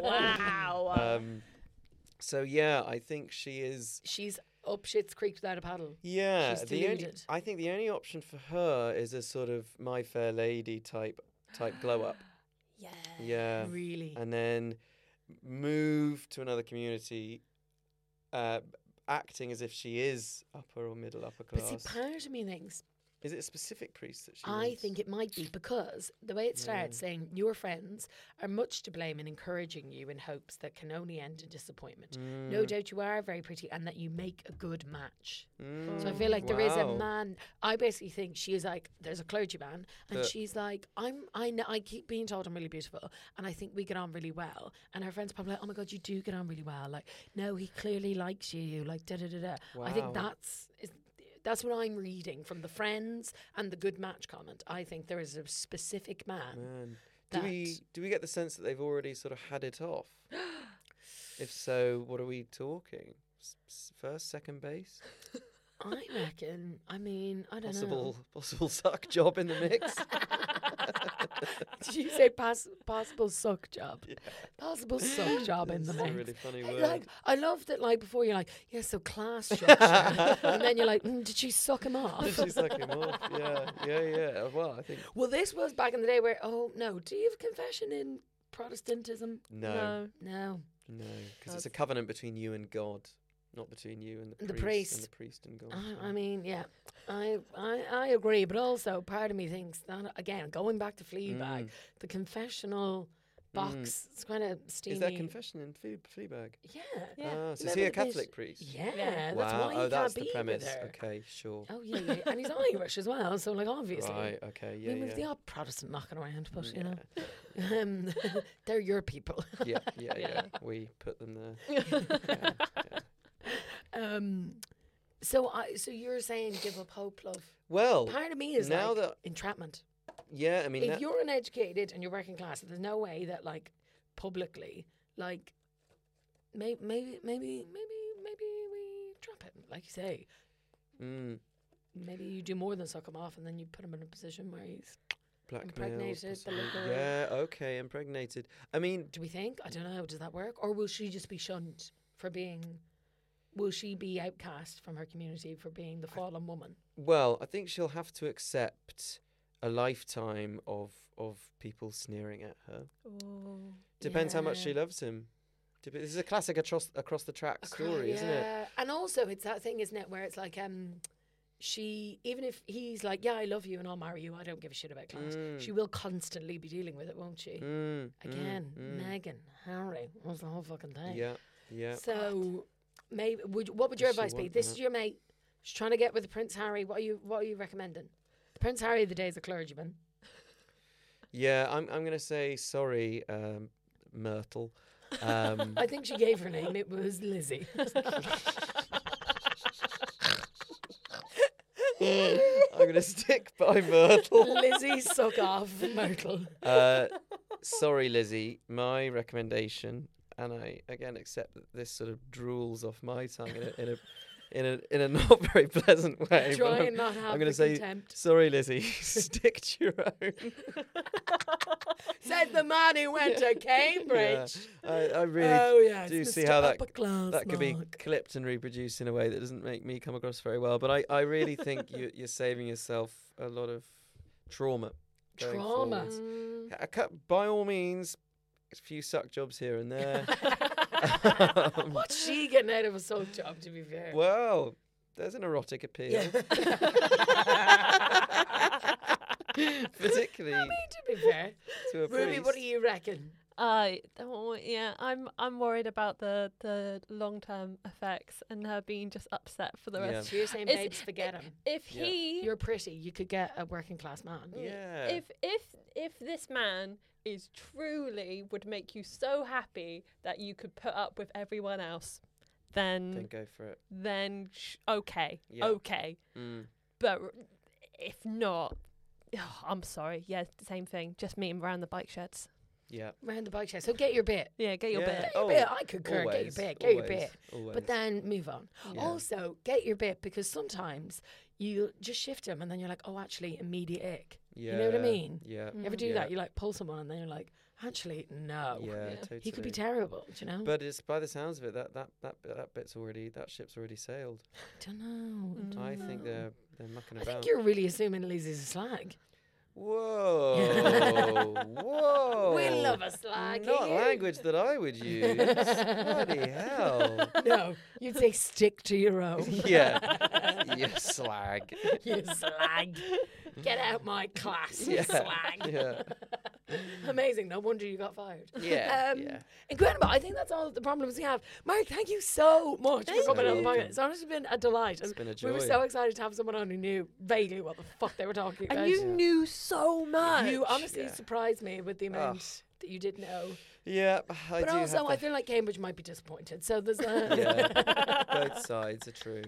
[laughs] Wow.
um, so yeah, I think she is.
She's up shit's creek without a paddle.
Yeah,
She's
the only,
deluded.
I think the only option for her is a sort of My Fair Lady type type glow up.
Yeah.
Yeah,
Really.
and then move to another community, uh, acting as if she is upper or middle upper
But see,
class.
part of me thinks
is it a specific priest that she?
I
wants?
think it might be because the way it starts saying your friends are much to blame in encouraging you in hopes that can only end in disappointment.
Mm.
No doubt you are very pretty and that you make a good match. So I feel like there is a
Wow.
man. I basically think she is like there's a clergyman, and
That-
she's like I'm. I know, I keep being told I'm really beautiful, and I think we get on really well. And her friends probably like, oh my god, you do get on really well. Like no, he clearly likes you. Like da da da da. I
Wow.
think that's is, that's what I'm reading from the friends and the good match comment. I think there is a specific man.
Man. Do
that-
we do we get the sense that they've already sort of had it
[gasps]
off? if so, what are we talking? S- s- First, second base,
I reckon. I mean, I don't
possible [laughs] possible suck job in the mix.
know. [laughs] Did you say pass, possible suck job?
[laughs] Yeah.
Possible suck [laughs] job in the
It's a
mix.
really funny
I
word. [laughs]
Like I love that. Like before, you're like, yeah, so class
[laughs]
structure, and then you're like, mm, did she suck him off?
She's sucking him off. Yeah, yeah, yeah. Well, I think
[laughs] well, this was back in the day where, oh no, do you have confession in Protestantism?
[laughs]
no,
No,
no, because it's a covenant between you and God, not between you and the,
The
priest, and
priest.
the priest and God.
I, I mean, yeah, I, I I agree, but also part of me thinks that again, going back to Fleabag,
Mm.
the confessional box, it's kind of steamy.
is there confession in Fle- Fleabag?
Yeah,
Yeah.
Ah, so is he
Remember the
a
bit-
Catholic priest?
yeah,
Yeah.
That's
wow.
why
oh,
he
that's
can't
the
be
premise.
With her.
Okay, sure.
Oh yeah, yeah, and he's Irish as well, so like
[laughs]
obviously.
Right. Okay. Yeah. yeah.
I mean,
Mm,
there's the odd Protestant knocking around, but you know,
yeah. [laughs]
um, they're your people.
yeah, yeah, yeah,
[laughs]
Yeah.
We put them there. Yeah, yeah.
Um, so I, so you're saying give up hope, love.
Well,
Part of me is
now
like
that
entrapment.
yeah, I mean,
If
that,
you're uneducated and you're working class, there's no way that like publicly, like maybe maybe maybe maybe maybe we trap him, like you say.
mm,
Maybe you do more than suck him off, and then you put him in a position where he's.
blackmail,
impregnated the
possibly.
little-
yeah, okay, impregnated. I mean,
Do we think? I don't know. Does that work, or will she just be shunned for being? Will she be outcast from her community for being the fallen woman?
well, I think she'll have to accept a lifetime of of people sneering at her. [laughs]
[laughs]
Depends how much
Yeah.
she loves him. Dep- This is a classic across across the track
Acro-
story, isn't it?
yeah. And also, it's that thing, isn't it, where it's like, um, she even if he's like, yeah, I love you and I'll marry you, I don't give a shit about class.
Mm.
She will constantly be dealing with it, won't she?
Mm, mm,
Again,
mm.
Megan, Harry, was the whole fucking thing.
Yeah, yeah.
So, maybe would what would
Does
your
she
advice be?
want
This
that?
is your mate. She's trying to get with Prince Harry. What are you What are you recommending? Prince Harry of the day is a clergyman.
Yeah, I'm I'm gonna say sorry, um, Myrtle.
[laughs]
Um,
I think she gave her name. It
[laughs]
was Lizzie.
I'm gonna stick by
[laughs]
Myrtle.
Lizzie, suck off, Myrtle.
Uh, sorry, Lizzie. My recommendation, and I again accept that this sort of drools off my tongue in a in a in a, in a not very pleasant way. but
Try
I'm-
and not have
gonna [laughs]
the
say-
contempt.
Sorry, Lizzie. Stick to your own.
[laughs] Says the
[laughs]
man who [laughs] went to
Yeah.
Cambridge.
I, I really
oh yeah,
do
it's
see
Mr.
how that-
upper class
that could be
Mark.
clipped and reproduced in a way that doesn't make me come across very well. But I, I
[laughs]
really think you, you're saving yourself a lot of trauma. going
Trauma. Mm.
forwards.
Mm.
I cut- by all means, a few suck jobs here and
[laughs]
there. [laughs] Um,
What's she getting out of a soap job? To be fair.
well, there's an erotic appeal,
Yeah.
[laughs] particularly
[laughs] to
[laughs]
be fair.
to a
Ruby, what
priest.
do you reckon?
I oh, yeah, I'm I'm worried about the the long term effects and her being just upset for the
Yeah.
rest.
So you're saying,
Is-
babes, forget him.
If
Yeah.
he,
You're pretty. You could get a working class man.
Yeah.
if if if this man is truly would make you so happy that you could put up with everyone else,
then
mm.
then
go for it.
then sh- okay,
Yeah.
Oh.
okay.
Mm.
But r- if not, I'm sorry. Yeah, same thing. Just meet him around the bike sheds.
Yeah.
Round the bike shed. So get your bit.
Yeah, get your
yeah. Oh,
bit.
Get your bit. I concur.
always,
get your bit. Get your
always,
bit.
Always.
But then move on.
Yeah.
Also, get your bit because sometimes you just shift them and then you're like, oh, actually, immediate ick.
yeah.
know what I mean? Mm.
Yeah.
You ever do
Mm. Yeah.
that? You like pull someone and then you're like, actually, no.
Yeah,
Yeah.
totally.
Oh, He could be terrible, do you know?
But it's by the sounds of it that that that that bit's already that ship's already sailed.
I don't know.
I think they're they're mucking
Mm. I
Mm, about.
think you're really assuming Lizzie's a slag. [laughs]
Whoa, whoa!
we love a slag.
Oh, Not
here.
language that I would use. Bloody
[laughs]
hell!
[laughs] No, you'd say stick to your
[laughs]
own.
Yeah, you slag.
you slag. Get out my class, you
Yeah,
slag.
[laughs] Yeah,
[laughs] Amazing. No wonder you got fired.
yeah,
Um,
yeah.
Incredible. I think that's all the problems we have. Mark, thank you so much
Thank
for coming on
you.
the podcast. It's honestly been a delight.
It's been a
We were
joy.
so excited to have someone on who knew vaguely what the fuck they were talking about.
And you
Yeah.
knew so much.
You honestly
Yeah.
surprised me with the amount that you did know.
Yeah, I
But
do
also,
have
I
that-
feel like Cambridge might be disappointed. So there's a.
[laughs] Yeah,
[laughs]
both sides are true.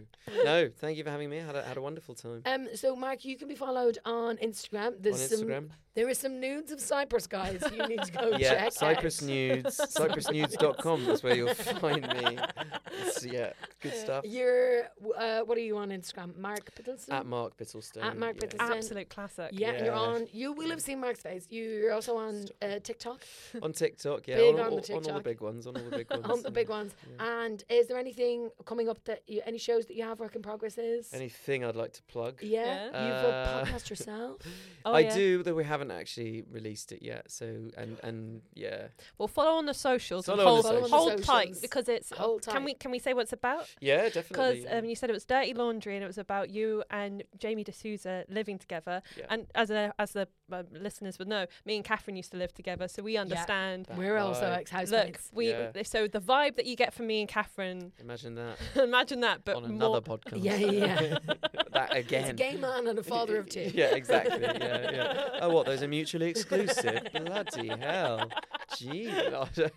No, thank you for having me. I had a, had a wonderful time
Um, so, Mark, you can be followed on Instagram. There's
on
some
Instagram.
There is some nudes of Cyprus guys you need to go
[laughs] yeah,
check
Cyprus
out. [laughs]
Nudes, cypressnudes.com is where you'll find me. It's- yeah, good stuff.
You're, uh, what are you on Instagram? Mark Piddleston?
At Mark Bittlestone.
At Mark
yeah.
Bittlestone.
Absolute classic.
yeah, and you're
Yeah.
on, you will have seen Mark's face. You, you're also on uh, TikTok,
On TikTok, yeah.
Big
on,
on
all,
the
on all the
TikTok.
big ones. On all the big ones.
[laughs] on um, the
yeah.
big ones. And is there anything coming up that, you, any shows that you have work in progress is?
Anything I'd like to plug?
yeah,
Yeah.
you've
Uh,
a podcast yourself.
Oh,
I
yeah.
do, though we haven't actually released it yet. So and and yeah,
Well, follow on the socials. and
Follow on the
hold, hold
socials.
Follow on the
tight
socials.
because it's.
Hold
Can
tight.
we can we say what it's about?
yeah,
Because
definitely.
um, you said it was dirty laundry and it was about you and Jamie D'Souza living together.
Yeah.
And as a, as the um, listeners would know, me and Catherine used to live together, so we understand.
That
We're also
vibe.
ex housemates.
Look, we
Yeah.
so the vibe that you get from me and Catherine. [laughs]
Imagine that
imagine that, but
on
more,
another
[laughs]
podcast.
Yeah, yeah, yeah.
[laughs] that
He's a
again.
gay man and a father of two.
yeah, exactly. Yeah, yeah.
[laughs]
Oh, what? Those are mutually exclusive. Bloody hell. Gee, [laughs] Lord.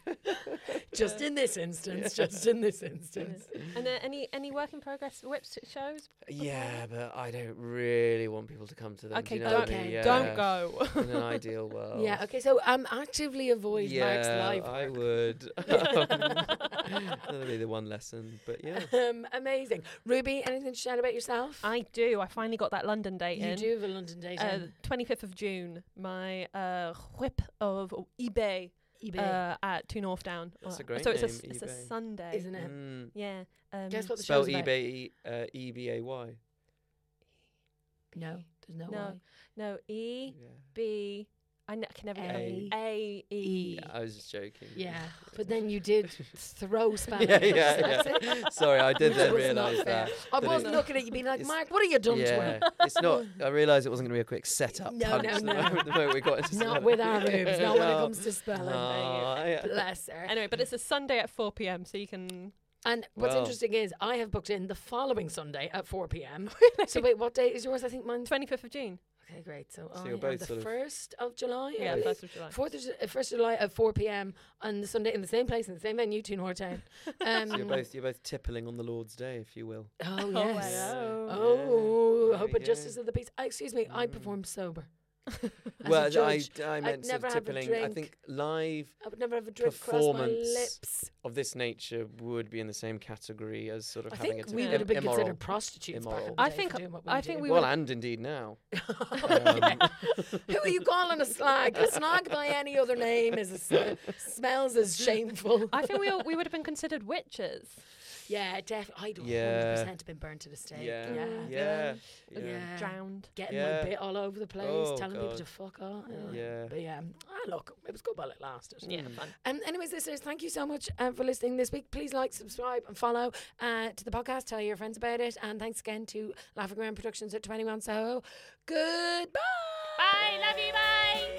Just in this instance, just in this
[laughs]
instance.
And uh, any any work in progress web s- shows?
Yeah, but I don't really want people to come to them. do
Okay,
you know what I
don't-
mean?
okay,
Yeah.
Don't go. [laughs]
In an ideal world.
Yeah, okay, so um, actively avoid Mark's
Oh. Yeah,
live
I
[laughs]
would. [laughs] That'll be the one lesson. But yeah,
[laughs] Um, amazing. Ruby, anything to shout about yourself?
I do. I finally got that London date
you
in.
do have a London date.
Uh,
in.
25th of June, my uh, whip of eBay,
eBay,
Uh, at Two North Down. Uh,
That's a great
So it's a,
name,
s- it's a
eBay.
Sunday.
isn't it?
mm,
Yeah. Um,
Guess what the
spell
show's about?
eBay uh, E B A Y.
No, there's no,
No.
Y.
No, E
Yeah.
B. I n- I can never get
A.
it. A E. [laughs]
E.
I was just joking.
Yeah,
[laughs]
but then you did throw spelling.
yeah, yeah,
[laughs] That's it.
yeah. Sorry, I did
[laughs] Which
then
was not
realise
fair.
that.
I
that
was
it-
looking at you, being like,
it's-
Mark, what have you done to
yeah,
him?
it's
[laughs]
not. I realised it wasn't going to be a quick setup.
No,
punch [laughs]
no,
the
no.
moment- the moment we got into
Not
spelling.
with
[laughs]
our rooms. Not when it
No.
comes to spelling.
Aw, yeah.
Bless her.
[laughs] Anyway, but it's a Sunday at 4 p.m. So you
[laughs]
can. [laughs]
And what's
Well.
interesting is I have booked in the following Sunday at 4 p.m.
[laughs]
so wait, what day is yours? I think
[laughs]
mine's.
25th of June.
Okay, great. So,
So
I
you're
am
both
the
sort of-
first of July. I
Yeah,
believe.
1st of July.
Fourth of, Ju- uh, first of July at four p.m. on the Sunday in the same place in the same venue, Two North
[laughs]
Town. Um,
So you're both you're both tippling on the Lord's Day, if you will.
Oh
Oh,
yes.
hello.
Oh,
Yeah,
hope
there
of
we
justice
go.
of the peace. Uh, excuse me, I
Mm.
performed sober. as a
well, I,
judge.
I meant sort
never
of
have a
tippling. I
drink.
think live
I would never have a drip across my
performance
lips.
of this nature would be in the same category as sort of
I
having
think
a
we
tip-
would have been
immoral.
considered prostitutes back in
immoral.
the
I
day
think-
for doing what we
I
do.
think we
well,
would-
and indeed
[laughs]
now. Um,
Yeah. Who are you calling a slag? A slag by any other name is a sl- smells as shameful.
[laughs] I think we all, we would have been considered witches.
yeah, def- I'd
Yeah.
100% have been burned to the stake.
Yeah.
yeah.
Mm.
Yeah.
Yeah.
Drowned.
Getting
Yeah.
my bit all over the place,
Oh,
telling people
God.
to fuck off.
Yeah.
But yeah, ah, look, it was good while it lasted.
Yeah, fun.
Um, anyways, listeners, thank you so much uh, for listening this week. Please like, subscribe, and follow uh, to the podcast. Tell your friends about it. And thanks again to Laughing Around Productions at 21 Soho. Goodbye.
Bye. Love you. Bye.